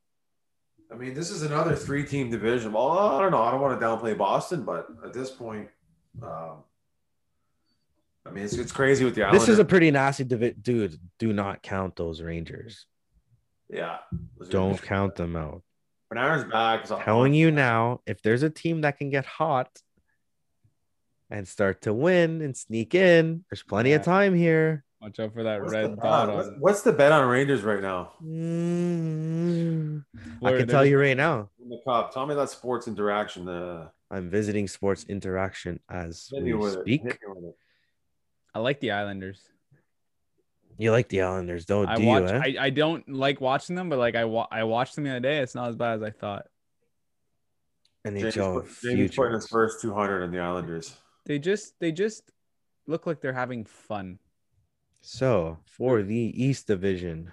A: I mean, this is another three-team division. Well, I don't know. I don't want to downplay Boston, but at this point, um, I mean, it's, it's crazy with the Islanders.
C: This is a pretty nasty divi- dude. Do not count those Rangers.
A: yeah. Let's go.
C: Don't count them out.
A: Panarin's back. So
C: Telling you now, if there's a team that can get hot and start to win and sneak in, there's plenty of
B: Yeah.
C: time here.
B: Watch out for that
A: what's the,
B: red
A: bet on-
B: dot on
A: what's- what's the bet on Rangers right now?
C: Mm. I
B: Or
C: can
B: they're
C: tell
B: just-
C: you right now,
A: In the cup. Tell me that sports interaction. Uh,
C: I'm visiting Sports Interaction as
A: hit
C: we
A: me with it.
C: speak.
A: Hit me with it.
B: I like the Islanders.
C: You like the Islanders, don't
B: I
C: do
B: watch.
C: you? eh?
B: I, I don't like watching them, but like I wa- I watched them the other day. It's not as bad as I thought.
A: Jamie's,
C: NHL
A: put- Jamie's putting
C: future.
A: his first 200 in the Islanders.
B: They just they just look like they're having fun.
C: So for the East Division,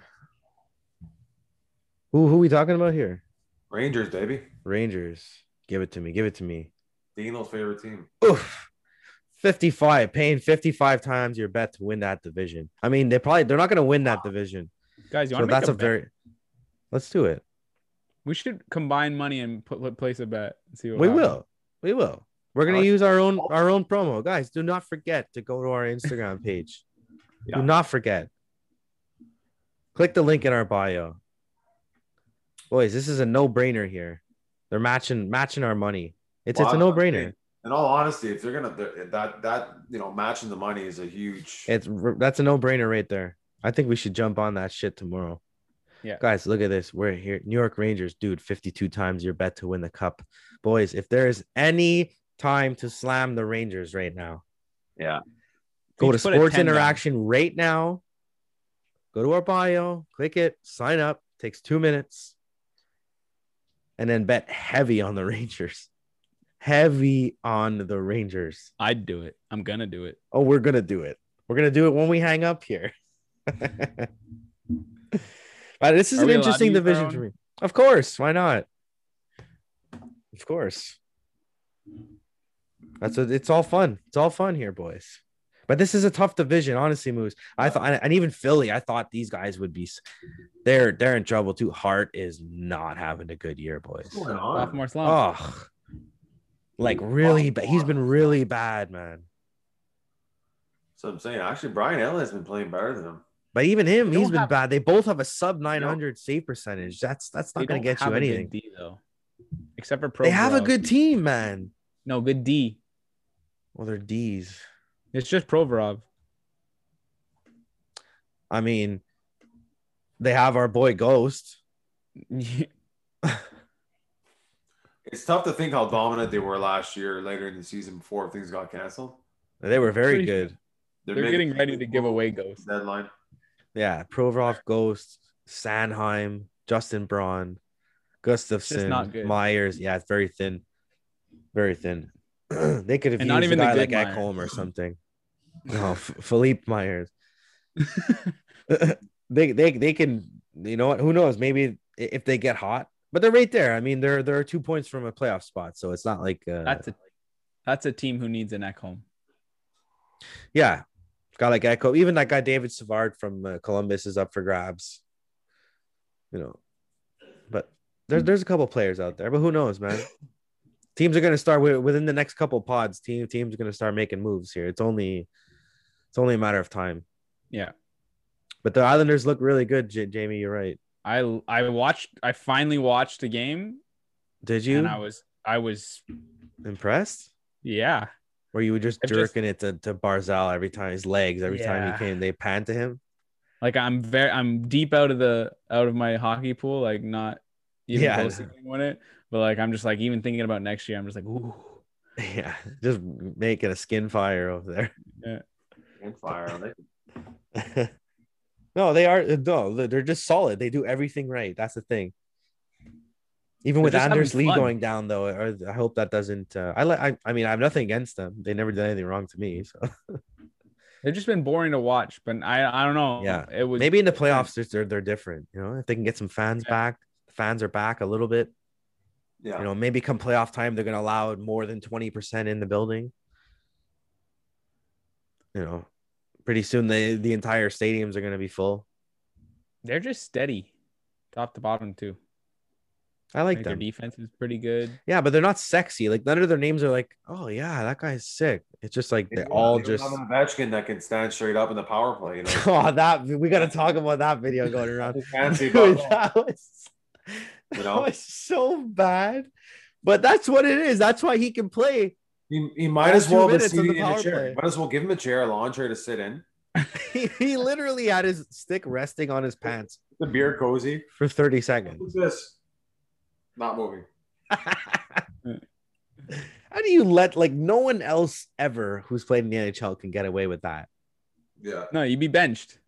C: who who we talking about here?
A: Rangers, baby.
C: Rangers. Give it to me. Give it to me.
A: Dino's favorite team.
C: Oof. 55 paying 55 times your bet to win that division. I mean, they probably they're not going to win that division.
B: Guys, you
C: So
B: want to make
C: that's
B: a,
C: a
B: bet?
C: very Let's do it.
B: We should combine money and put, put- place a bet. and see what
C: We
B: happens.
C: will. We will. We're going
A: Alright.
C: to use our own our own promo. Guys, do not forget to go to our Instagram page.
A: Yeah.
C: Do not forget. Click the link in our bio. Boys, this is a no-brainer here. They're matching matching our money. It's it's a
A: Well, I-
C: no-brainer.
A: In all honesty, if they're gonna they're- that that you know matching the money is a huge.
C: It's that's a no-brainer right there. I think we should jump on that shit tomorrow.
B: Yeah.
C: Guys, look at this. We're here. New York Rangers, dude, 52 times your bet to win the cup. Boys, if there is any time to slam the Rangers right now,
A: yeah.
C: go
B: Each
C: to
B: put a
C: sports
B: 10 down.
C: interaction right now. Go to our bio, click it, sign up. Takes two minutes. And then bet heavy on the Rangers. Heavy on the Rangers.
B: I'd do it. I'm gonna do it.
C: Oh, we're gonna do it. We're gonna do it when we hang up here. but this is
B: Are
C: an
B: we allowed to
C: interesting
B: use our
C: division
B: own?
C: for me. Of course, why not? Of course. That's what it's all fun. It's all fun here, boys. But this is a tough division, honestly, Moose. I thought, and even Philly, I thought these guys would be. s- They're they're in trouble too. Hart is not having a good year, boys.
A: What's going on?
B: Sophomore slump.
C: Oh, like really bad. He's been really bad, man.
A: So I'm saying actually Brian Elliot's been playing better than him.
C: But even him,
B: They
C: he's
B: don't
C: been
B: have-
C: bad. They both have a sub 900 save percentage. That's that's
B: They
C: not going
B: don't
C: to get
B: have
C: you
B: a good
C: anything.
B: D, though. Except for pro.
C: They have a
B: Vorov.
C: good team, man.
B: no good D.
C: Well, they're D's.
B: It's just Provorov.
C: I mean, they have our boy Ghost.
A: It's tough to think how dominant they were last year, later in the season before things got canceled.
C: They were very
B: Pretty-
C: good.
B: They're
A: making-
B: getting ready to give away Ghost.
A: deadline.
C: Yeah, Provorov, Ghost, Sanheim, Justin Braun, Gustafson,
B: not good.
C: Myers. Yeah, it's very thin, very thin. they could have
B: And
C: used
B: not
C: a
B: even the
C: guy
B: good
C: like
B: Myers.
C: Ekholm or something. No, F- Philippe Myers. they they they can you know what who knows maybe i- if they get hot but they're right there i mean they're they're two points from a playoff spot so it's not like uh,
B: That's a that's a team who needs an Ekholm.
C: yeah guy like echo even that guy david savard from uh, columbus is up for grabs you know but there's there's a couple players out there but who knows man teams are going to start wi- within the next couple pods team teams are going to start making moves here it's only it's only a matter of time
B: Yeah.
C: but the islanders look really good J- jamie you're right
B: I I watched. I finally watched the game,
C: did you
B: and I was I was
C: impressed
B: yeah.
C: where you were just
B: I've just-
C: jerking it to, to Barzal every time his legs, every time
B: Yeah.
C: he came, they panned to him.
B: Like I'm very I'm deep out of the out of my hockey pool. Like not even
C: Yeah, I
B: close to getting one it. But like I'm just like even thinking about next year, I'm just like, ooh,
C: Yeah, just making a skin fire over there.
A: And fire. I like it.
C: no, they are no, they're- they're just solid. They do everything right. That's the thing. Even
B: They're
C: with
B: just having
C: Anders Lee
B: fun.
C: going down, though, I- I hope that doesn't. Uh, I like. I, I mean, I have nothing against them. They never did anything wrong to me. So
B: they've just been boring to watch. But I I don't know.
C: Yeah.
B: it was
C: maybe in the playoffs, they're they're, they're different. You know, if they can get some fans
B: Yeah.
C: back, the fans are back a little bit.
A: Yeah.
C: You know, maybe come playoff time, they're going to allow more than twenty percent in the building. You know, pretty soon the the entire stadiums are going to be full.
B: they're just steady, top to bottom too.
C: I like
B: Like their
C: them.
B: defense is pretty good.
C: Yeah, but they're not sexy. Like none of their names are like, oh yeah, that guy's sick. It's just like they
A: Yeah,
C: all
A: they don't
C: just.
A: have an Ovechkin that can stand straight up in the power play. You know,
C: Oh, that we gotta talk about that video going around.
A: Nothing fancy
C: Dude,
A: about that.
C: that was,
A: You
C: that
A: know?
C: was so bad, but that's what it is. That's why he can play.
A: He, he might
C: All
A: as
C: two
A: well be
C: minutes on
A: sitting
C: the
A: in a
C: power
A: chair.
C: play.
A: Might as well give him a chair, a lawn chair to sit in.
C: He, he literally had his stick resting on his pants
A: The beer cozy.
C: for thirty
A: What's
C: seconds.
A: this? Not moving.
C: How do you let like no one else ever who's played in the NHL can get away with that
A: Yeah.
B: No, you'd be benched.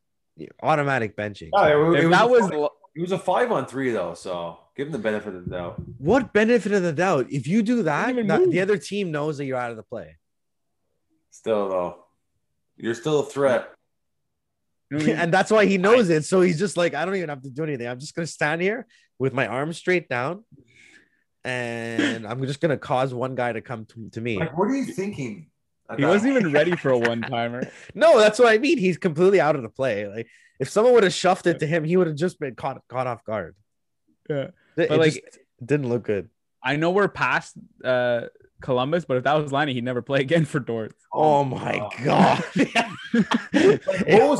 C: automatic benching?
A: Yeah, it,
B: If
A: it
B: that
A: was,
B: was lo-
A: it was a five on three though, so give him the benefit of the doubt.
C: What benefit of the doubt? If you do that,
B: even
C: that-
B: move.
C: the other team knows that you're out of the play.
A: Still though, you're still a threat.
B: you know what I mean?
C: and that's why he knows it. So he's just like, I don't even have to do anything. I'm just gonna stand here with my arms straight down, and I'm just gonna cause one guy to come to, to me.
A: Like, what are you thinking? at
B: he
A: that
B: wasn't even ready for a one timer.
C: No, that's what I mean. He's completely out of the play. Like if someone would have shoved it to him, he would have just been caught caught off guard.
B: Yeah.
C: It,
B: But,
C: it
B: like-
C: just didn't look good.
B: I know we're past uh Columbus, but if that was Liney, he'd never play again for Dortz.
C: Oh my god!
A: What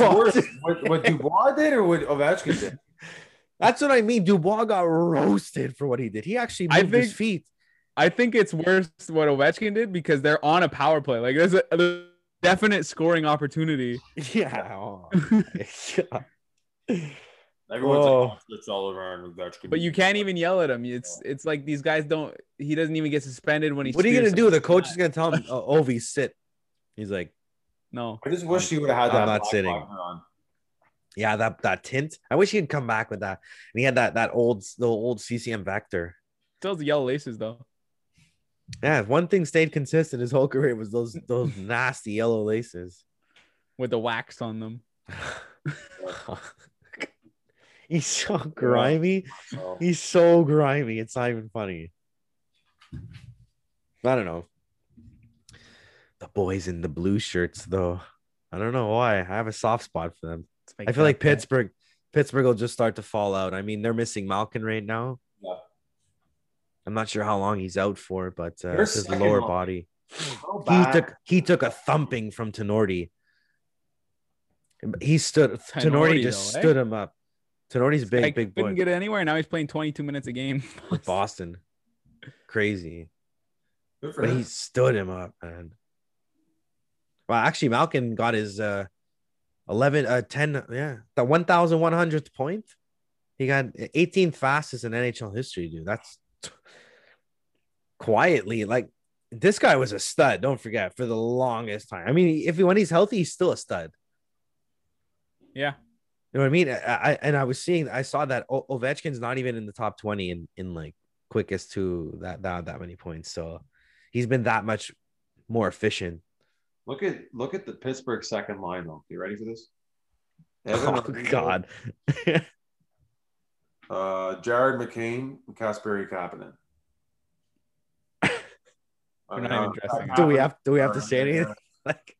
A: was worse, what, what Dubois did or what Ovechkin did?
C: That's what I mean. Dubois got roasted for what he did. He actually moved
B: I
C: his
B: think-
C: feet.
B: I think it's worse what Ovechkin did because they're on a power play. Like there's a, there's a definite scoring opportunity.
C: Yeah. oh.
A: Everyone's
C: Oh.
A: like, oh, it's all around Ovechkin.
B: But you can't even yell at him. It's it's like these guys don't. He doesn't even get suspended when he.
C: what are you
B: steers
C: gonna do? The
B: something.
C: coach is gonna tell him, oh, "Ovi, sit." He's like,
B: No.
A: I just wish he would have had that.
C: I'm not
A: black
C: sitting.
A: marker on.
C: "Yeah, that that tint." I wish he'd come back with that. And he had that that old the old CCM Vector.
B: Still has the yellow laces though.
C: Yeah, if one thing stayed consistent his whole career was those those nasty yellow laces.
B: With the wax on them.
C: He's so grimy.
A: So,
C: He's so grimy. It's not even funny. I don't know. The boys in the blue shirts, though. I don't know why. I have a soft spot for them.
B: It's my
C: I feel like
B: goddamn-
C: Pittsburgh, Pittsburgh will just start to fall out. I mean, they're missing Malkin right now.
A: Yeah.
C: I'm not sure how long he's out for, but uh,
A: They're
C: it's his
A: sucking
C: lower
A: Malkin.
C: body.
A: so
C: He
A: bad.
C: took he took a thumping from Tenorti. He stood Tenorti,
B: Tenorti,
C: just
B: though, eh?
C: stood him up. Tenorti's
B: I
C: big, big boy
B: couldn't get it anywhere. Now he's playing 22 minutes a game.
C: with Boston. Crazy.
A: Good for
C: But
A: him.
C: he stood him up, man. Well, actually, Malkin got his uh, 11, uh, 10, yeah, the 1,100th point. He got 18th fastest in NHL history, dude. That's quietly like this guy was a stud. Don't forget for the longest time. I mean, if he, when he's healthy, he's still a stud.
B: yeah.
C: You know what I mean? I, I and I was seeing, I saw that O- Ovechkin's not even in the top twenty in in like quickest to that that that many points. So he's been that much more efficient.
A: Look at look at the Pittsburgh second line though. You ready for this? Evan
C: Oh
A: Rodriguez,
C: God,
A: Uh, Jared McCain and Kasperi Kapanen.
B: We're not
A: Uh,
B: even dressing
C: do we have do we have to say anything?
A: Yeah.
C: Like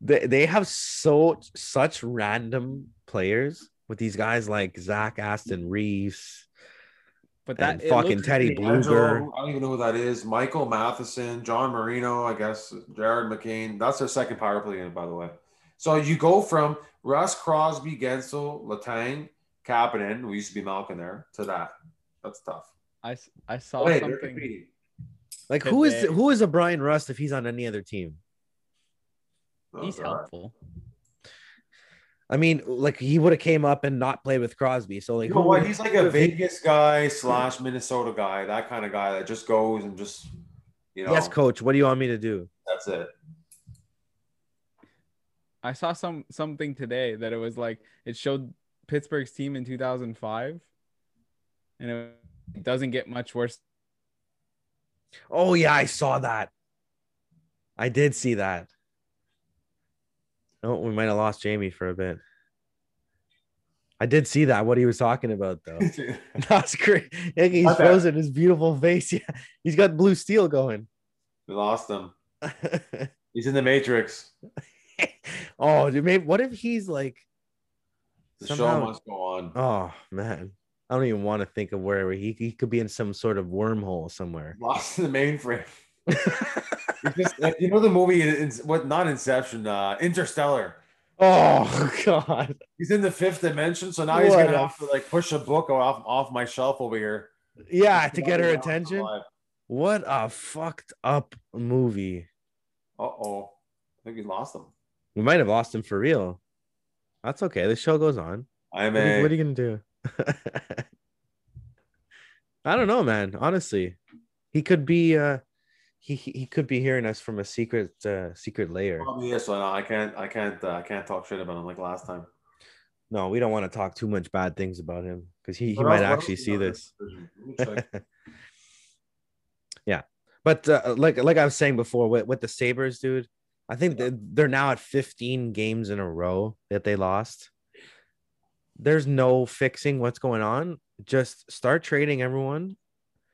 C: they they have so such random players with these guys like Zach Aston Reeves
B: But that
C: and
B: it
C: fucking
B: looks
C: Teddy
B: pretty-
C: Bluger.
A: Angelo, I don't even know who that is. Michael Matheson, John Marino, I guess. Jared McCain. That's their second power play unit, by the way. So you go from Russ Crosby, Gensel, Latang, Kapanen, who used to be Malkin there, to that. That's tough.
B: I, s- I saw
A: Wait, they're
B: something.
A: competing.
C: Like who is
B: Today.
C: who is a Brian Rust if he's on any other team?
A: Oh,
B: He's
A: all right.
B: helpful.
C: I mean, like he would have came up and not played with Crosby. So like,
A: You know
C: who
A: what?
C: would-
A: He's like a Vegas guy slash Minnesota guy, that kind of guy that just goes and just, you know,
C: yes, coach. What do you want me to do?
A: that's it.
B: I saw some something today that it was like it showed Pittsburgh's team in 2005, and it doesn't get much worse.
C: Oh yeah, I saw that. I did see that. Oh, we might have lost Jamie for a bit. I did see that. What he was talking about though. That's great. And he's
A: Not bad.
C: frozen. His beautiful face. Yeah, he's got blue steel going.
A: we lost him. He's in the Matrix.
C: oh, dude, maybe, what if he's like?
A: The
C: Somehow-
A: show must go on.
C: Oh man, I don't even want to think of where he he could be in some sort of wormhole somewhere.
A: Lost in the mainframe. It's just like, you know the movie, in- in- what? Not Inception, uh, Interstellar.
C: oh God.
A: He's in the fifth dimension, so now he's
C: What
A: gonna
C: a
A: have to like push a book off off my shelf over here
C: Yeah, to get her
A: Uh
C: attention. What a fucked up movie.
A: oh, I think we lost him.
C: We might have lost him for real. That's okay. The show goes on.
A: I'm
C: What are, you,
A: a
C: what are you gonna do? I don't know, man. Honestly, he could be uh he he he could be hearing us from a secret uh secret layer.
A: probably yes. So no, I can't, I can't, uh, I can't talk shit about him like last time.
C: No, we don't want to talk too much bad things about him because he, he
A: What else-
C: might
A: what
C: actually
A: else is
C: see
A: on
C: this.
A: version? Let me check.
C: yeah, but uh, like like I was saying before, with, with the Sabers, dude, I think
A: Yeah.
C: that they're now at 15 games in a row that they lost. There's no fixing what's going on. Just start trading everyone.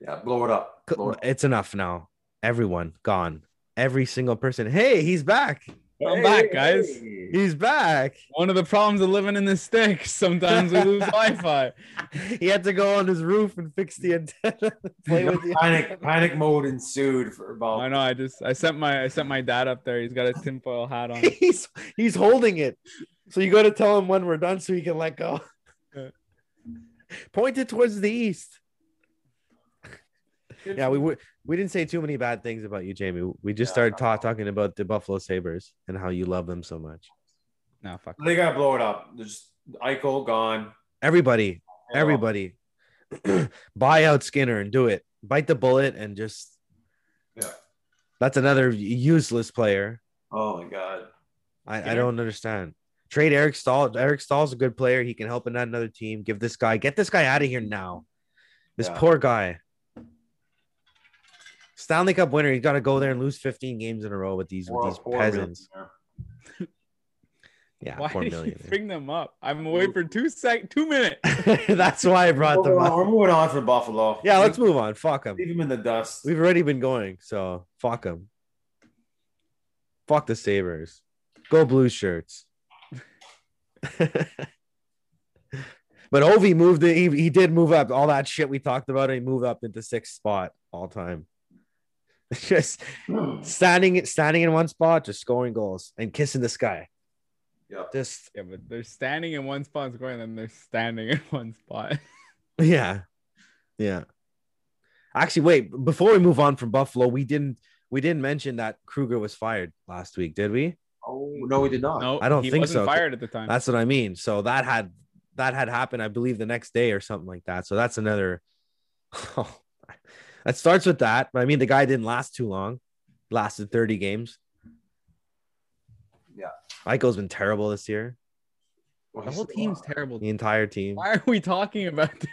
A: yeah, blow it up.
C: C-
A: Blow it up.
C: It's enough now. Everyone gone. Every single person. Hey, he's back.
B: I'm back, guys.
A: hey.
C: He's back.
B: One of the problems of living in the sticks, sometimes we lose Wi-Fi.
C: He had to go on his roof and fix the antenna. Play with the
A: Panic, panic mode ensued for about.
B: I know. I just I sent my I sent my dad up there. He's got a tinfoil hat on.
C: he's he's holding it. So you got to tell him when we're done, so he can let go.
B: Yeah.
C: Point it towards the east. Yeah, we would. We didn't say too many bad things about you, Jamie. We just
A: Yeah.
C: started ta- talking about the Buffalo Sabers and how you love them so much.
B: No, fuck.
A: They gotta blow it up. There's Eichel gone.
C: Everybody, everybody, buy out Skinner and do it. Bite the bullet and just.
A: Yeah.
C: That's another useless player.
A: Oh my god.
C: I, I
B: Skinner?
C: don't understand. Trade Eric Stahl. Eric Stahl's a good player. He can help in another team. Give this guy, get this guy out of here now. This
A: Yeah.
C: poor guy. Stanley Cup winner. He's got to go there and lose 15 games in a row with these, with
A: Poor-
C: these
A: poor
C: peasants.
A: millionaire.
C: Yeah,
B: Why
C: poor
B: did you
C: millionaire.
B: bring them up? I'm away for two sec, two minutes.
C: That's why I brought
A: We're
C: them
A: moving on-
C: up.
A: We're moving on from Buffalo.
C: Yeah, let's move on. Fuck him.
A: leave him in the dust.
C: We've already been going, so fuck him. Fuck the Sabres. Go blue shirts. but Ovi moved it. He, he did move up. All that shit we talked about, he moved up into sixth spot all time. Just standing standing in one spot, just scoring goals and kissing the sky.
A: Yeah.
C: Just
B: Yeah, but they're standing in one spot, scoring, and they're standing in one spot.
C: yeah. Yeah. Actually, wait, before we move on from Buffalo, we didn't we didn't mention that Kruger was fired last week, did we?
A: Oh no, we did not.
B: No,
C: I don't
B: he
C: think
B: wasn't
C: so.
B: Fired at the time.
C: That's what I mean. So that had that had happened, I believe, the next day or something like that. So that's another. that starts with that. But I mean, the guy didn't last too long. Lasted thirty games.
A: Yeah.
C: Eichel's been terrible this year.
A: Well,
B: the
A: he's
B: whole
A: still
B: team's
A: alive.
B: terrible.
C: The entire team.
B: Why are we talking about this?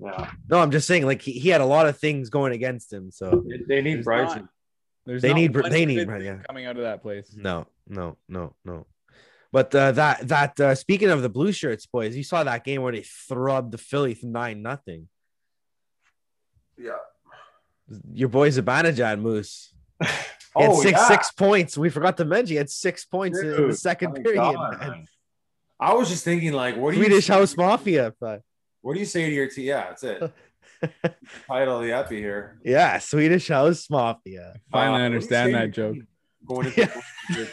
A: Yeah,
C: No, I'm just saying, like he, he had a lot of things going against him. So
A: they, they need
B: There's
A: Bryson.
B: There's
C: They
B: not
C: need-
B: one
C: they
B: good
C: need-
B: thing
C: yeah. Mm-hmm.
B: coming out of that place.
C: no, no, no, no. But uh, that that uh, speaking of the blue shirts, boys, you saw that game where they thrubbed the Philly nine nothing.
A: Yeah.
C: Your boy Zibanejad Moose. He
A: Oh,
C: had six six points. We forgot to mention he had six points in the
A: Dude,
C: second
A: my
C: period.
A: God,
C: man.
A: man. I was just thinking, like, what do
C: Swedish
A: you
C: House Mafia. But
A: What do you say to your team? Yeah, that's it. Title of the epi here. Uh,
C: yeah, Swedish House Mafia.
B: Finally
A: what do you
B: understand
A: say to
B: that
A: your
B: joke.
A: team Going into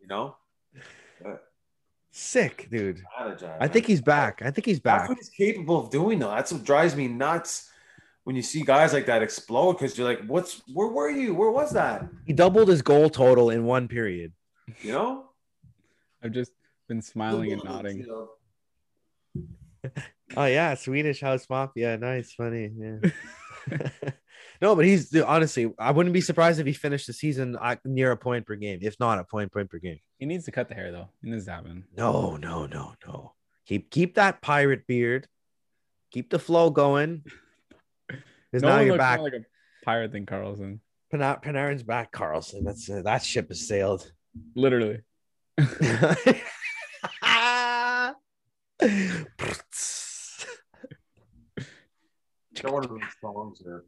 A: you know,
C: Sick, dude.
A: strategize,
C: I think
A: man.
C: he's back. I think he's
A: That's
C: back.
A: what he's capable of doing, though. That's what drives me nuts when you see guys like that explode because you're like, what's where were you? Where was that?
C: He doubled his goal total in one period.
A: You know?
B: I'm just been smiling and
A: Bullets,
B: nodding.
A: you know.
C: Oh yeah, Swedish House Mafia. Nice, funny. Yeah. no, but he's dude, honestly, I wouldn't be surprised if he finished the season uh, near a point per game, if not a point point per game.
B: He needs to cut the hair though. It needs to happen.
C: No, no, no, no. Keep keep that pirate beard. Keep the flow going. Because
B: No
C: now
B: one
C: you're
B: looks
C: back.
B: more like a pirate than Carlson.
C: Pana- Panarin's back, Carlson. That's uh, that ship has sailed.
B: Literally.
A: Got one of those songs there.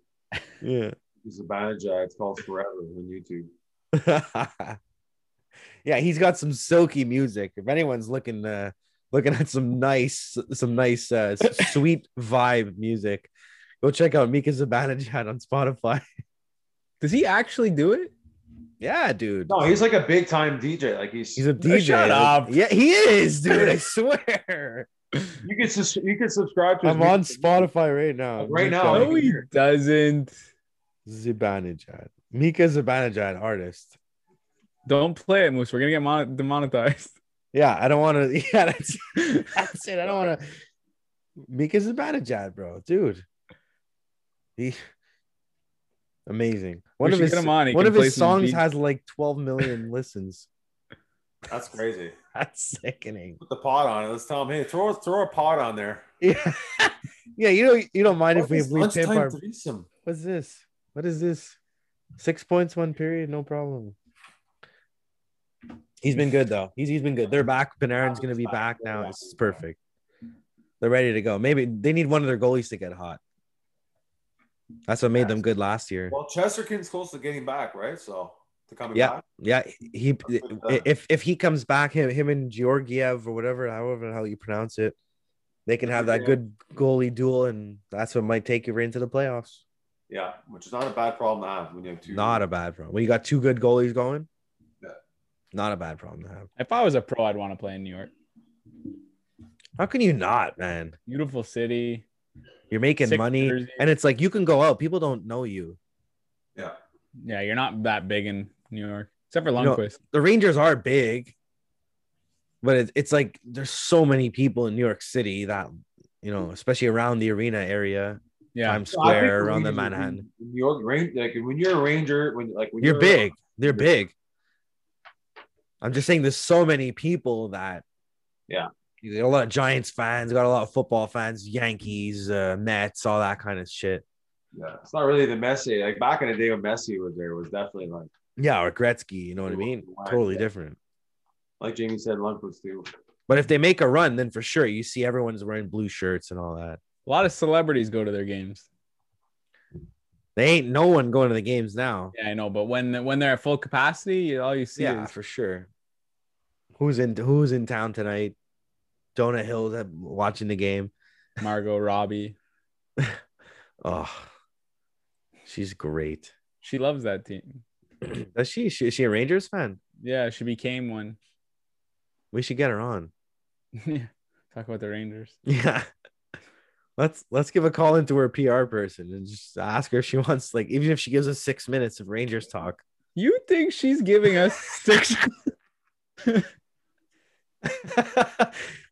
C: yeah.
A: He's a bad guy. It's called Forever on YouTube.
C: yeah, he's got some silky music. If anyone's looking uh looking at some nice some nice uh s- sweet vibe music, go check out Mika Zibanejad on Spotify.
B: Does he actually do it?
C: Yeah, dude.
A: No, he's like a big time DJ. Like he's,
C: He's a DJ.
B: Shut up.
C: Yeah, he is, dude. I swear.
A: you could sus- you could subscribe to. his
C: I'm on
A: music.
C: Spotify right now.
A: Like, right now,
B: No,
A: like-
C: Mika
B: he doesn't.
C: Zibanejad. Mika Zibanejad, artist.
B: Don't play it, Moose. We're gonna get mon- demonetized.
C: Yeah, I don't want to. Yeah, that's, that's it. I don't want to. Mika's a bad jad, bro, dude. He amazing. One
B: We
C: of
B: should
C: his
B: get him on. He
C: one
B: can
C: of
B: play
C: his
B: some
C: songs
B: beat.
C: has like 12 million listens.
A: That's crazy.
C: That's sickening.
A: Put the pot on it. Let's tell him, hey, throw throw a pot on there.
C: Yeah, yeah. You don't you don't mind if
A: What
C: we,
A: is
C: if we pimp
A: lunchtime
C: our.
A: threesome?
C: What's this? What is this? Six points, one period, no problem. He's been good though. He's he's been good. They're back. Panarin's gonna be back now. This is perfect. They're ready to go. Maybe they need one of their goalies to get hot. That's what made them good last year.
A: Well, Chesterkin's close to getting back, right? So to coming
C: Yeah.
A: back.
C: Yeah, he if if he comes back, him him and Georgiev or whatever, however how you pronounce it, they can have that good goalie duel, and that's what might take you right into the playoffs.
A: Yeah, which is not a bad problem to have when you have two.
C: Not a bad problem. When you got two good goalies going,
A: Yeah.
C: not a bad problem to have.
B: If I was a pro, I'd want to play in New York.
C: How can you not, man?
B: Beautiful city.
C: You're making
B: sick
C: money,
B: jersey.
C: and it's like you can go out. People don't know you.
A: yeah.
B: Yeah, you're not that big in New York, except for
C: know-
B: Lundqvist.
C: The Rangers are big, but it, it's like there's so many people in New York City that you know, especially around the arena area,
B: yeah,
C: Times
A: So I think
C: Square, around the
A: Rangers would be-
C: Manhattan.
A: in New York, Ran- like when you're a Ranger, when like when
C: You're big. They're
A: you're-
C: big. I'm just saying, there's so many people that.
A: Yeah.
C: You got a lot of Giants fans, got a lot of football fans, Yankees, uh, Mets, all that kind of shit.
A: Yeah, it's not really the Messi. Like back in the day when Messi was there, it was definitely like
C: Yeah, or Gretzky, you know what I
A: Who
C: mean?
A: wants to watch
C: Totally
A: that?
C: different.
A: like Jamie said, Lundqvist too.
C: But if they make a run, then for sure you see everyone's wearing blue shirts and all that.
B: a lot of celebrities go to their games.
C: They ain't no one going to the games now.
B: Yeah, I know, but when when they're at full capacity, you- all you see
C: Yeah,
B: is
C: for sure. Who's in Who's in town tonight? Donna Hill's at- watching the game.
B: Margot Robbie.
C: Oh, she's great.
B: She loves that team.
C: Does she, she? Is she a Rangers fan?
B: Yeah, she became one.
C: We should get her on.
B: Yeah, talk about the Rangers.
C: Yeah. Let's let's give a call into her PR person and just ask her if she wants like even if she gives us six minutes of Rangers talk.
B: You think she's giving us six?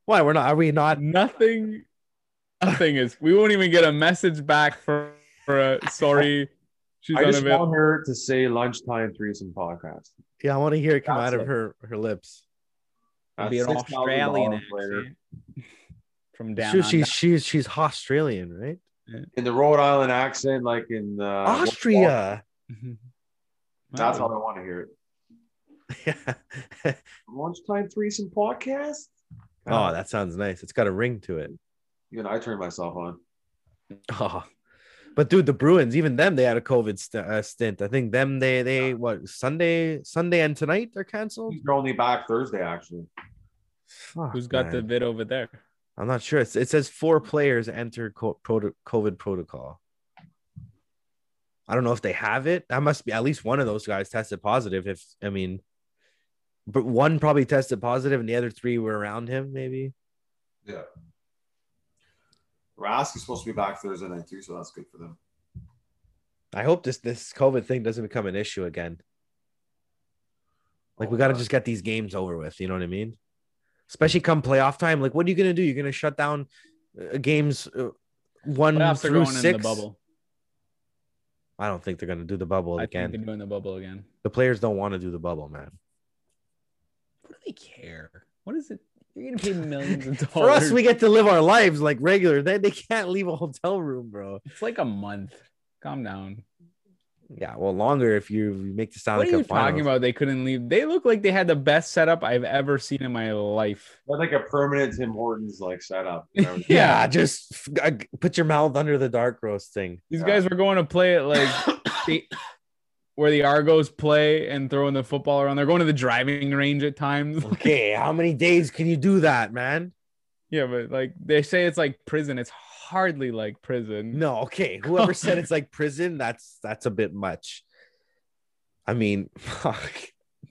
C: Why we're not? Are we not?
B: nothing. Nothing is. We won't even get a message back for, for a sorry. She's
A: I just
B: unavailable.
A: want her to say lunchtime threesome podcast.
C: Yeah, I want to hear it come
B: That's
C: out of
B: it.
C: her her lips.
A: That's
B: Be an
A: $6,000
B: Australian
A: later.
B: accent. from down.
C: Shoot,
B: under.
C: she's she's she's Australian, right?
A: in the Rhode Island accent, like in uh,
C: Austria.
A: That's how I want to hear it.
C: Yeah.
A: Lunchtime threesome podcast.
C: oh, that sounds nice. It's got a ring to it.
A: You know, I turned myself on.
C: Oh. But dude, the Bruins, even them, they had a COVID st- uh, stint. I think them, they they what Sunday Sunday and tonight they're canceled.
A: You're only back Thursday, actually.
C: Fuck,
B: Who's got the
C: man.
B: vid over there?
C: I'm not sure. It's, it says four players enter co- proto- COVID protocol. I don't know if they have it. That must be at least one of those guys tested positive. If I mean, but one probably tested positive, and the other three were around him. Maybe.
A: Yeah. Rask is supposed to be back Thursday night too, so that's good for them.
C: I hope this this COVID thing doesn't become an issue
B: Oh,
C: again. Like we got to just get these games over with. You know what I mean? especially
B: Mm.
C: come playoff time. Like, what are you going to do? You're going to shut down uh, games uh, one
B: Playoffs are
C: through
B: going
C: six.
B: in the bubble.
C: I don't think they're going to do the bubble
B: I think
C: again.
B: they're doing the bubble again.
C: The players don't want to do the bubble, man.
B: What do they care? What is it? You're gonna pay millions of dollars.
C: For us, we get to live our lives like regular. They, they can't leave a hotel room, bro.
B: it's like a month. Calm down.
C: Yeah, well, longer if you make the Stanley
B: What are you
C: Cup finals.
B: talking about? They couldn't leave. They look like they had the best setup I've ever seen in my life.
A: That's like a permanent Tim Hortons like setup. You know?
B: Yeah.
C: Yeah, just f- g- put your mouth under the dark roast thing.
B: These
A: Yeah.
B: guys were going to play it like they, where the Argos play and throwing the football around. They're going to the driving range at times.
C: Okay, how many days can you do that, man?
B: yeah, but like they say it's like prison. It's hardly like prison.
C: No, okay. Whoever said it's like prison, that's that's a bit much. I mean, fuck,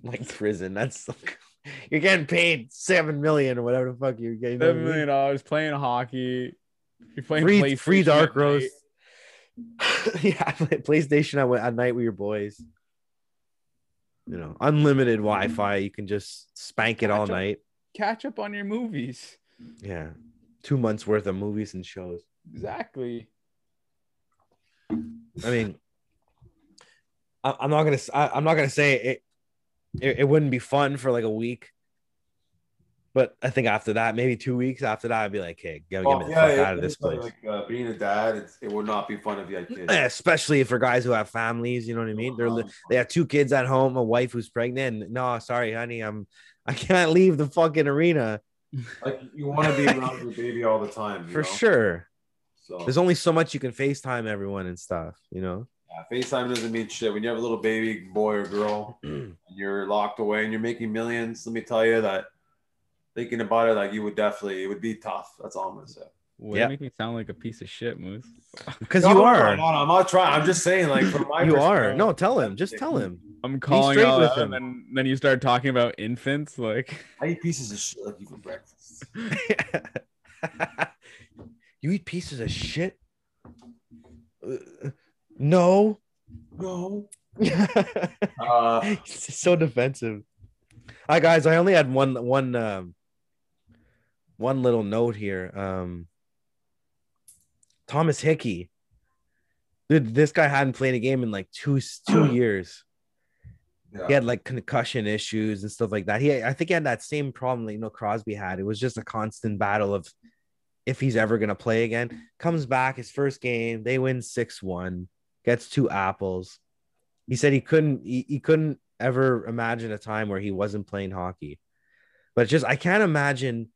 C: like prison. That's like, you're getting paid seven million or whatever the fuck you're getting.
B: Seven million dollars playing hockey. You're playing
C: Free, free
B: PlayStation
C: dark
B: at night.
C: roast. yeah, I play PlayStation at, at night with your boys. You know, unlimited Wi-Fi. You can just spank it all
B: Gotcha.
C: night.
B: Catch up on your movies.
C: Yeah, two months worth of movies and shows.
B: Exactly.
C: I mean, I, I'm not gonna. s- I, am not gonna say it, it. It wouldn't be fun for like a week, but I think after that, maybe two weeks after that, I'd be like, "Hey, gotta
A: Well,
C: get me the
A: yeah,
C: fuck
A: it-
C: out of this
A: it's like,
C: place."
A: Like, uh, being a dad, it's, it would not be fun if you had kids.
C: Eh, Especially for guys who have families, you know what I mean. They're li- they have two kids at home, a wife who's pregnant. and, No, sorry, honey, I'm I can't leave the fucking arena
A: like you want to be around your baby all the time. you
C: for
A: know?
C: sure.
A: So
C: There's only so much you can FaceTime everyone and stuff, you know.
A: yeah, FaceTime doesn't mean shit. When you have a little baby boy or girl
C: Mm.
A: and you're locked away and you're making millions, let me tell you that thinking about it, like you would definitely, it would be tough. That's all I'm gonna say.
B: Would
C: Yeah.
B: make me sound like a piece of shit, Moose?
C: Because
A: No,
C: you
A: no,
C: are,
A: No, no, I'm not trying. I'm just saying, like from my
C: you are.
A: perspective-
C: No, tell him. Just tell him.
B: I'm calling
C: straight
B: out
C: with
B: that,
C: him.
B: and then, then you start talking about infants. Like
A: I eat pieces of shit like you for breakfast.
C: you eat pieces of shit? Uh, No.
A: No.
C: He's
A: Uh,
C: so defensive. Hi guys, I only had one one um one little note here. Um Thomas Hickey. Dude, this guy hadn't played a game in like two two years
A: yeah.
C: he had like concussion issues and stuff like that. He, I think, he had that same problem that you know Crosby had. It was just a constant battle of if he's ever gonna play again. Comes back his first game, they win six one, gets two apples. He said he couldn't, he, he couldn't ever imagine a time where he wasn't playing hockey. But just I can't imagine,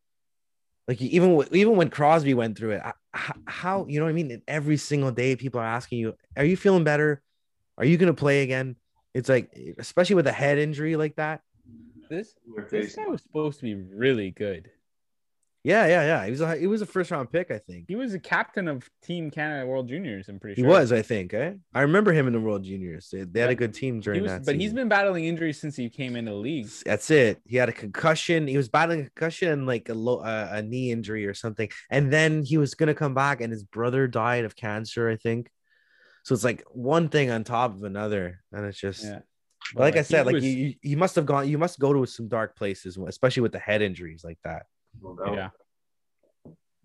C: like e-, even w- even when Crosby went through it, I- h- how you know what I mean? Every single day, people are asking you, "Are you feeling better? Are you gonna play again?" It's like, e, especially with a head injury like that.
B: this,
A: Your
B: this
A: face.
B: guy was supposed to be really good.
C: Yeah, yeah, yeah. He was a he was a first round pick, I think.
B: He was a captain of Team Canada World Juniors. I'm pretty
C: He
B: sure
C: was, I think. Eh? I remember him in the World Juniors. They, they had a good team
B: He
C: during
B: was-
C: that.
B: but he's
C: season.
B: been battling injuries since he came into the league.
C: That's it. He had a concussion. He was battling a concussion and like a low uh, a knee injury or something. And then he was gonna come back, and his brother died of cancer, I think. So it's like one thing on top of another, and it's just
B: Yeah.
C: But like I
B: he
C: said, like
B: was-
C: you, you, you must have gone, you must go to some dark places, especially with the head injuries like that.
A: No doubt.
B: yeah,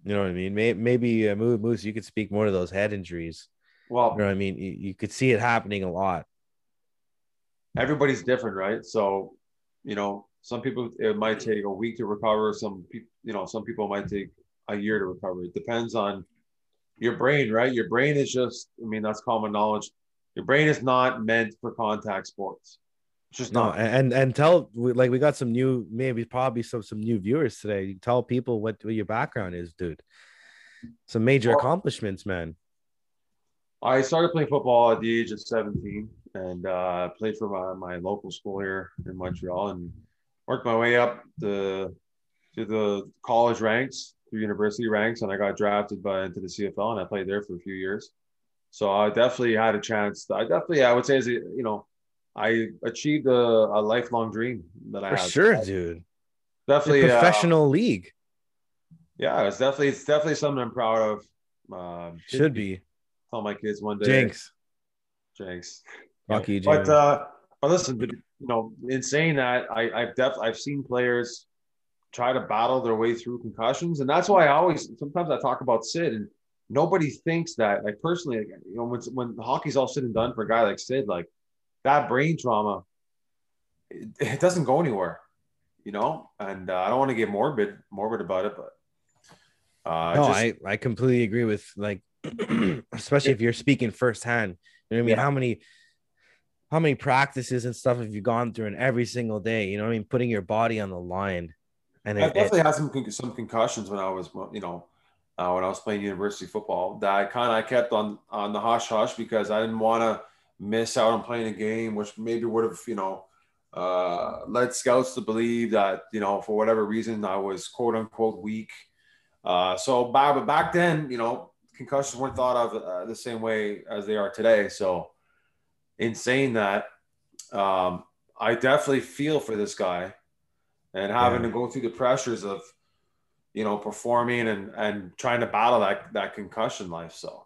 C: You know what I mean? Maybe, maybe uh, Mo- Moose, you could speak more to those head injuries.
A: Well,
C: You know what I mean? You, you could see it happening a lot.
A: everybody's different, right? So, you know, some people it might take a week to recover. Some people, you know, some people might take a year to recover. It depends on your brain, right? Your brain is just, I mean, that's common knowledge. Your brain is not meant for contact sports. It's just
C: No,
A: not.
C: and and tell we- like we got some new, maybe probably some some new viewers today. You tell people what, what your background is, dude. Some major
A: Well-
C: accomplishments, man.
A: I started playing football at the age of 17 and uh, played for my, my local school here in Montreal and worked my way up the to the college ranks, through university ranks, and I got drafted by into the CFL and I played there for a few years. So I definitely had a chance. I definitely, I would say, as a, you know, I achieved a, a lifelong dream that I
C: For
A: had.
C: sure, dude.
A: definitely uh,
C: Professional league
A: yeah, it's definitely it's definitely something I'm proud of. Um,
C: should be.
A: tell my kids one day.
C: Jinx,
A: Jinx.
C: fuck you,
A: But
C: Jinx.
A: uh, but listen, but, you know, in saying that, I, I've def- I've seen players try to battle their way through concussions. And that's why I always sometimes I talk about Sid and nobody thinks that like personally, like, you know, when, when hockey's all said and done for a guy like Sid, like that brain trauma, it, it doesn't go anywhere, you know? And uh, I don't want to get morbid, morbid about it, but uh,
C: no,
A: just-
C: I, I completely agree with like, especially if you're speaking firsthand. You know what I mean?
A: Yeah.
C: How many, how many practices and stuff have you gone through and every single day? You know what I mean? Putting your body on the line, and
A: I
C: it, it-
A: definitely had some con- some concussions when I was, you know, uh, when I was playing university football. That I kind of kept on on the hush hush because I didn't want to miss out on playing a game, which maybe would have, you know, uh, led scouts to believe that, you know, for whatever reason, I was quote unquote weak. Uh, so, ba- but back then, you know, concussions weren't thought of uh, the same way as they are today. So, in saying that, um, I definitely feel for this guy and having
C: Yeah.
A: to go through the pressures of, you know, performing and, and trying to battle that, that concussion life. So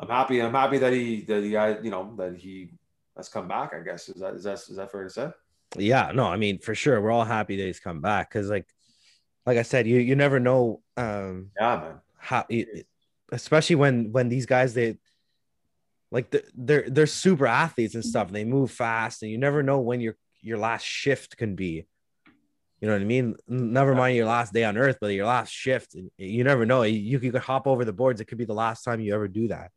A: I'm happy. I'm happy that he, that he, uh, you know, that he has come back, I guess. Is that, is that, is that fair to say?
C: yeah no i mean for sure we're all happy that he's come back because like like i said you you never know um
A: Yeah, man.
C: how it- especially when when these guys they like the- they're they're super athletes and stuff and they move fast and you never know when your your last shift can be you know what i mean never mind your last day on earth but your last shift you never know you, you could hop over the boards it could be the last time you ever do that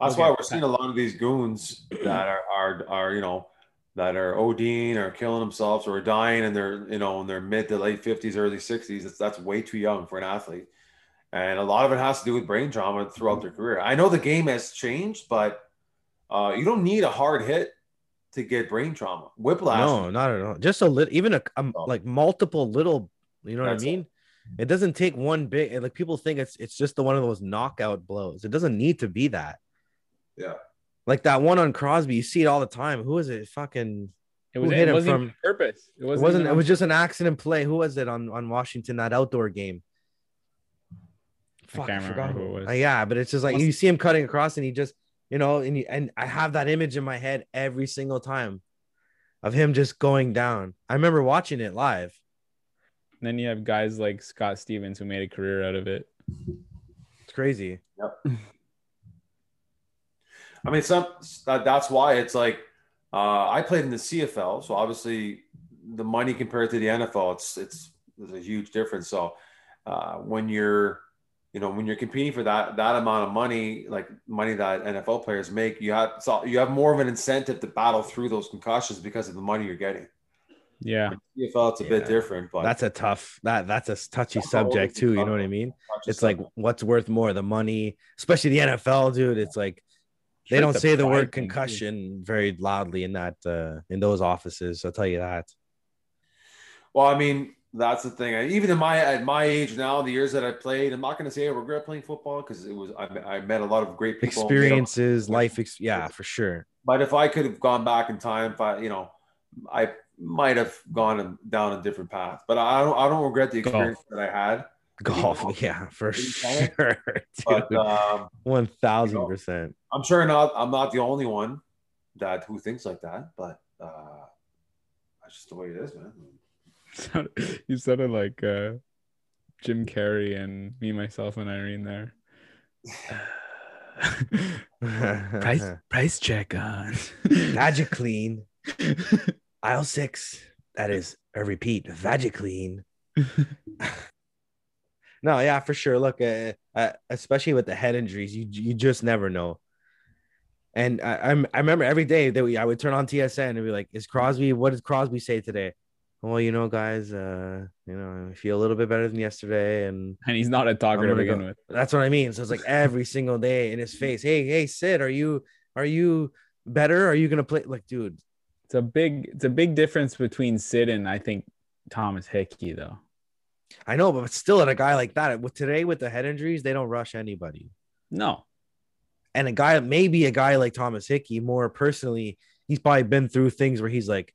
A: That's
B: Okay.
A: why we're seeing a lot of these goons that are, are are you know that are ODing or killing themselves or dying in their you know in their mid to late fifties, early sixties. That's that's way too young for an athlete, and a lot of it has to do with brain trauma throughout their career. I know the game has changed, but uh, you don't need a hard hit to get brain trauma. Whiplash.
C: No, not at all. Just a little, even a, um,
A: Oh.
C: like multiple little. You know
A: That's
C: what I
A: it.
C: mean? It. doesn't take one big. and, Like people think it's it's just the one of those knockout blows. It doesn't need to be that.
A: Yeah.
C: Like that one on Crosby, you see it all the time. Who is it? Fucking.
B: It was
C: Who
B: it
C: hit him
B: wasn't
C: from-
B: even purpose. It
C: It
B: wasn't.
C: wasn't.
B: even
C: It
B: on-
C: was just an accident play. Who was it on on Washington that outdoor game?
B: I
C: Fuck, I,
B: can't remember
C: forgot
B: who it
C: who-
B: was.
C: Uh, yeah, but it's just like
B: Was-
C: you see him cutting across, and he just you know, and you, and I have that image in my head every single time of him just going down. I remember watching it live.
B: And then you have guys like Scott Stevens who made a career out of it.
C: It's crazy.
A: I mean, some that, that's why it's like uh, I played in the CFL, so obviously the money compared to the NFL, it's it's there's a huge difference. So uh, when you're you know when you're competing for that that amount of money, like money that NFL players make, you have so you have more of an incentive to battle through those concussions because of the money you're getting.
B: Yeah.
A: CFL, it's a
C: Yeah.
A: bit different, but
C: That's a tough that that's a touchy
A: That's a whole
C: subject too. You know what I
A: topic.
C: mean?
A: Concussions
C: It's like
A: suck.
C: what's worth more, the money, especially the NFL, dude. It's like they
B: Sure,
C: don't
B: it's a
C: say the
B: pride
C: word
B: thing, too.
C: concussion very loudly in that uh, in those offices. I'll tell you that.
A: Well, I mean, that's the thing. I- Even in my at my age now, the years that I played, I'm not going to say I regret playing football because it was I, I met a lot of great people.
C: Experiences, life, ex- yeah, for sure.
A: But if I could have gone back in time, if I you know, I might have gone a- down a different path. But I don't I don't regret the
C: Golf.
A: experience that I had.
C: Golf, yeah, for
A: Did you play it?
C: sure,
A: But um,
C: one thousand percent.
A: I'm sure not I'm not the only one that who thinks like that. But uh, that's just the way it is, man.
B: you sounded like uh, Jim Carrey and me, myself, and Irene there. price check on.
C: Magiclean, aisle six. That is a repeat. Vagiclean. No, yeah, for sure. Look, uh, uh, especially with the head injuries, you you just never know. And I, I'm I remember every day that we I would turn on TSN and be like, "Is Crosby? What did Crosby say today?" Well, you know, guys, uh, you know, I feel a little bit better than yesterday, and
B: and he's not a talker to
C: I'm gonna
B: begin
C: go-
B: with.
C: that's what I mean. So it's like every single day in his face. Hey, hey, Sid, are you are you better? Are you gonna play? Like, dude,
B: It's a big, it's a big difference between Sid and I think Thomas Hickey though.
C: I know, but still, at a guy like that, with today with the head injuries, they don't rush anybody.
B: No,
C: and a guy maybe a guy like Thomas Hickey more personally, he's probably been through things where he's like,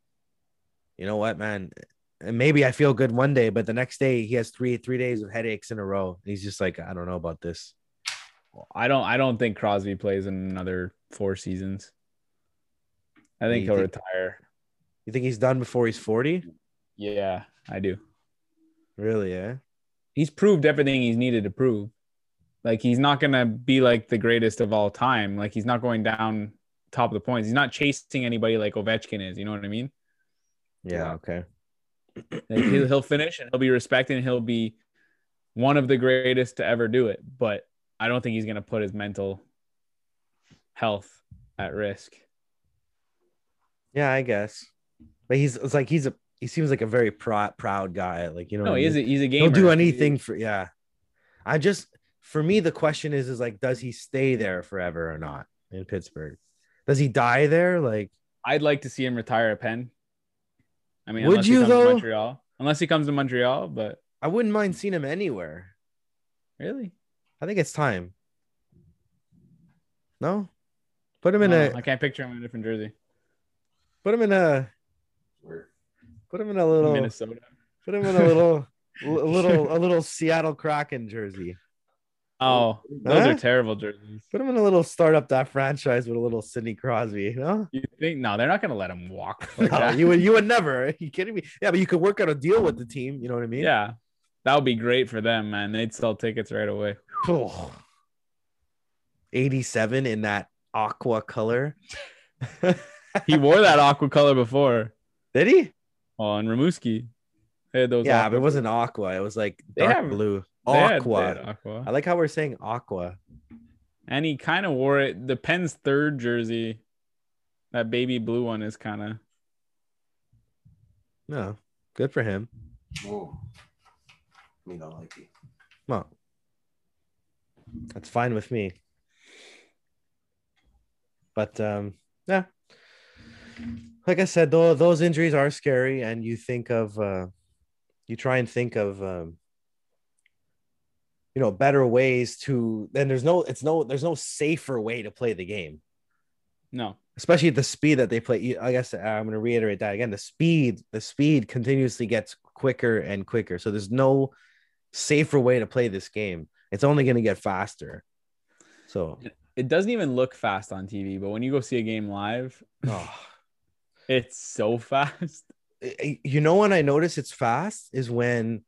C: you know what, man, and maybe I feel good one day, but the next day he has three three days of headaches in a row. And he's just like, I don't know about this.
B: I don't. I don't think Crosby plays in another four seasons. I think
C: You
B: he'll
C: think-
B: retire.
C: You think he's done before he's 40?
B: Yeah, I do.
C: Really, eh? yeah.
B: He's proved everything he's needed to prove. Like he's not gonna be like the greatest of all time. Like he's not going down top of the points. He's not chasing anybody like Ovechkin is. You know what I mean?
C: Yeah. Okay.
B: Like he'll, he'll finish and he'll be respected and he'll be one of the greatest to ever do it. But I don't think he's gonna put his mental health at risk.
C: Yeah, I guess. But he's it's like he's a he seems like a very proud proud guy. Like you know,
B: No,
C: what I
B: he is.
C: mean?
B: A, he's a gamer.
C: He'll do anything for yeah. I just for me the question is is like does he stay there forever or not in Pittsburgh? Does he die there? Like
B: I'd like to see him retire a pen. I mean,
C: Would
B: unless he
C: you,
B: comes
C: though?
B: To Montreal, unless he comes to Montreal, but
C: I wouldn't mind seeing him anywhere.
B: really,
C: I think it's time. No, put him in
B: I,
C: a
B: don't know. I can't picture him in a different jersey.
C: put him in a
A: Weird.
C: put him in a little
B: Minnesota.
C: put him in a little a little a little Seattle Kraken jersey.
B: Oh, those
C: Huh?
B: are terrible jerseys.
C: Put him in a little start up that franchise with a little Sidney Crosby. You know.
B: You think? No, they're not gonna let him walk.
C: No,
B: Like that.
C: you would you would never. Are you kidding me? Yeah, but you could work out a deal with the team. You know what I mean?
B: yeah, that would be great for them, man. They'd sell tickets right away.
C: Oh. 87 in that aqua color.
B: He wore that aqua color before
C: Did he?
B: on Ramuski. They had those.
C: yeah,
B: aqua-
C: but it wasn't aqua. It was like
B: They
C: dark
B: have-
C: blue.
B: they had- they
C: Aqua.
B: had aqua.
C: I like how we're saying aqua.
B: And he kind of wore it. The Penn's third jersey, that baby blue one, is kind of.
C: No, good for him.
A: Whoa. Me not like you.
C: Well, that's fine with me. But um, yeah, like I said, though those injuries are scary, and you think of uh, you try and think of um, you know better ways to. Then there's no, it's no, there's no safer way to play the game,
B: No,
C: especially at the speed that they play. You- I guess uh, I'm going to reiterate that again. The speed, the speed continuously gets quicker and quicker. So there's no safer way to play this game. It's only going to get faster. So,
B: it doesn't even look fast on TV, but when you go see a game live,
C: oh.
B: it's so fast.
C: I- I- you know when I notice it's fast is when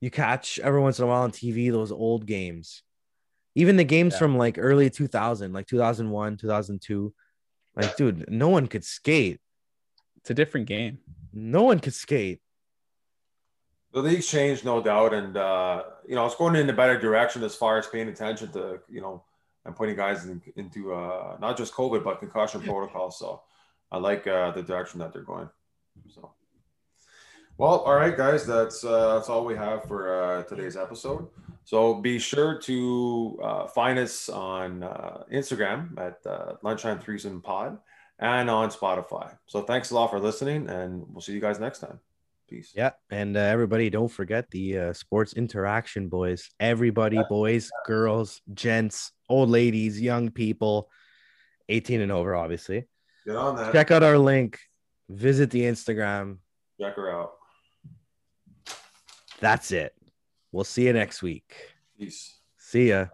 C: you catch every once in a while on TV those old games, even the games
B: Yeah.
C: from like early 2000, like 2001, 2002. Like, dude, no one could skate.
B: It's a different game.
C: No one could skate.
A: The league changed, no doubt, and uh, you know it's going in a better direction as far as paying attention to you know and putting guys in, into uh, not just COVID but concussion protocol. So I like uh, the direction that they're going. So well, all right, guys, that's uh, that's all we have for uh, today's episode. So be sure to uh, find us on uh, Instagram at uh, Lunchtime Threesome Pod and on Spotify. So thanks a lot for listening, and we'll see you guys next time. Peace.
C: Yeah. And uh, everybody, don't forget the uh, sports interaction boys. Everybody, boys, girls, gents, old ladies, young people, 18 and over, obviously.
A: Get on that.
C: Check out our link, visit the Instagram.
A: Check her out.
C: That's it. We'll see you next week.
A: Peace.
C: See ya.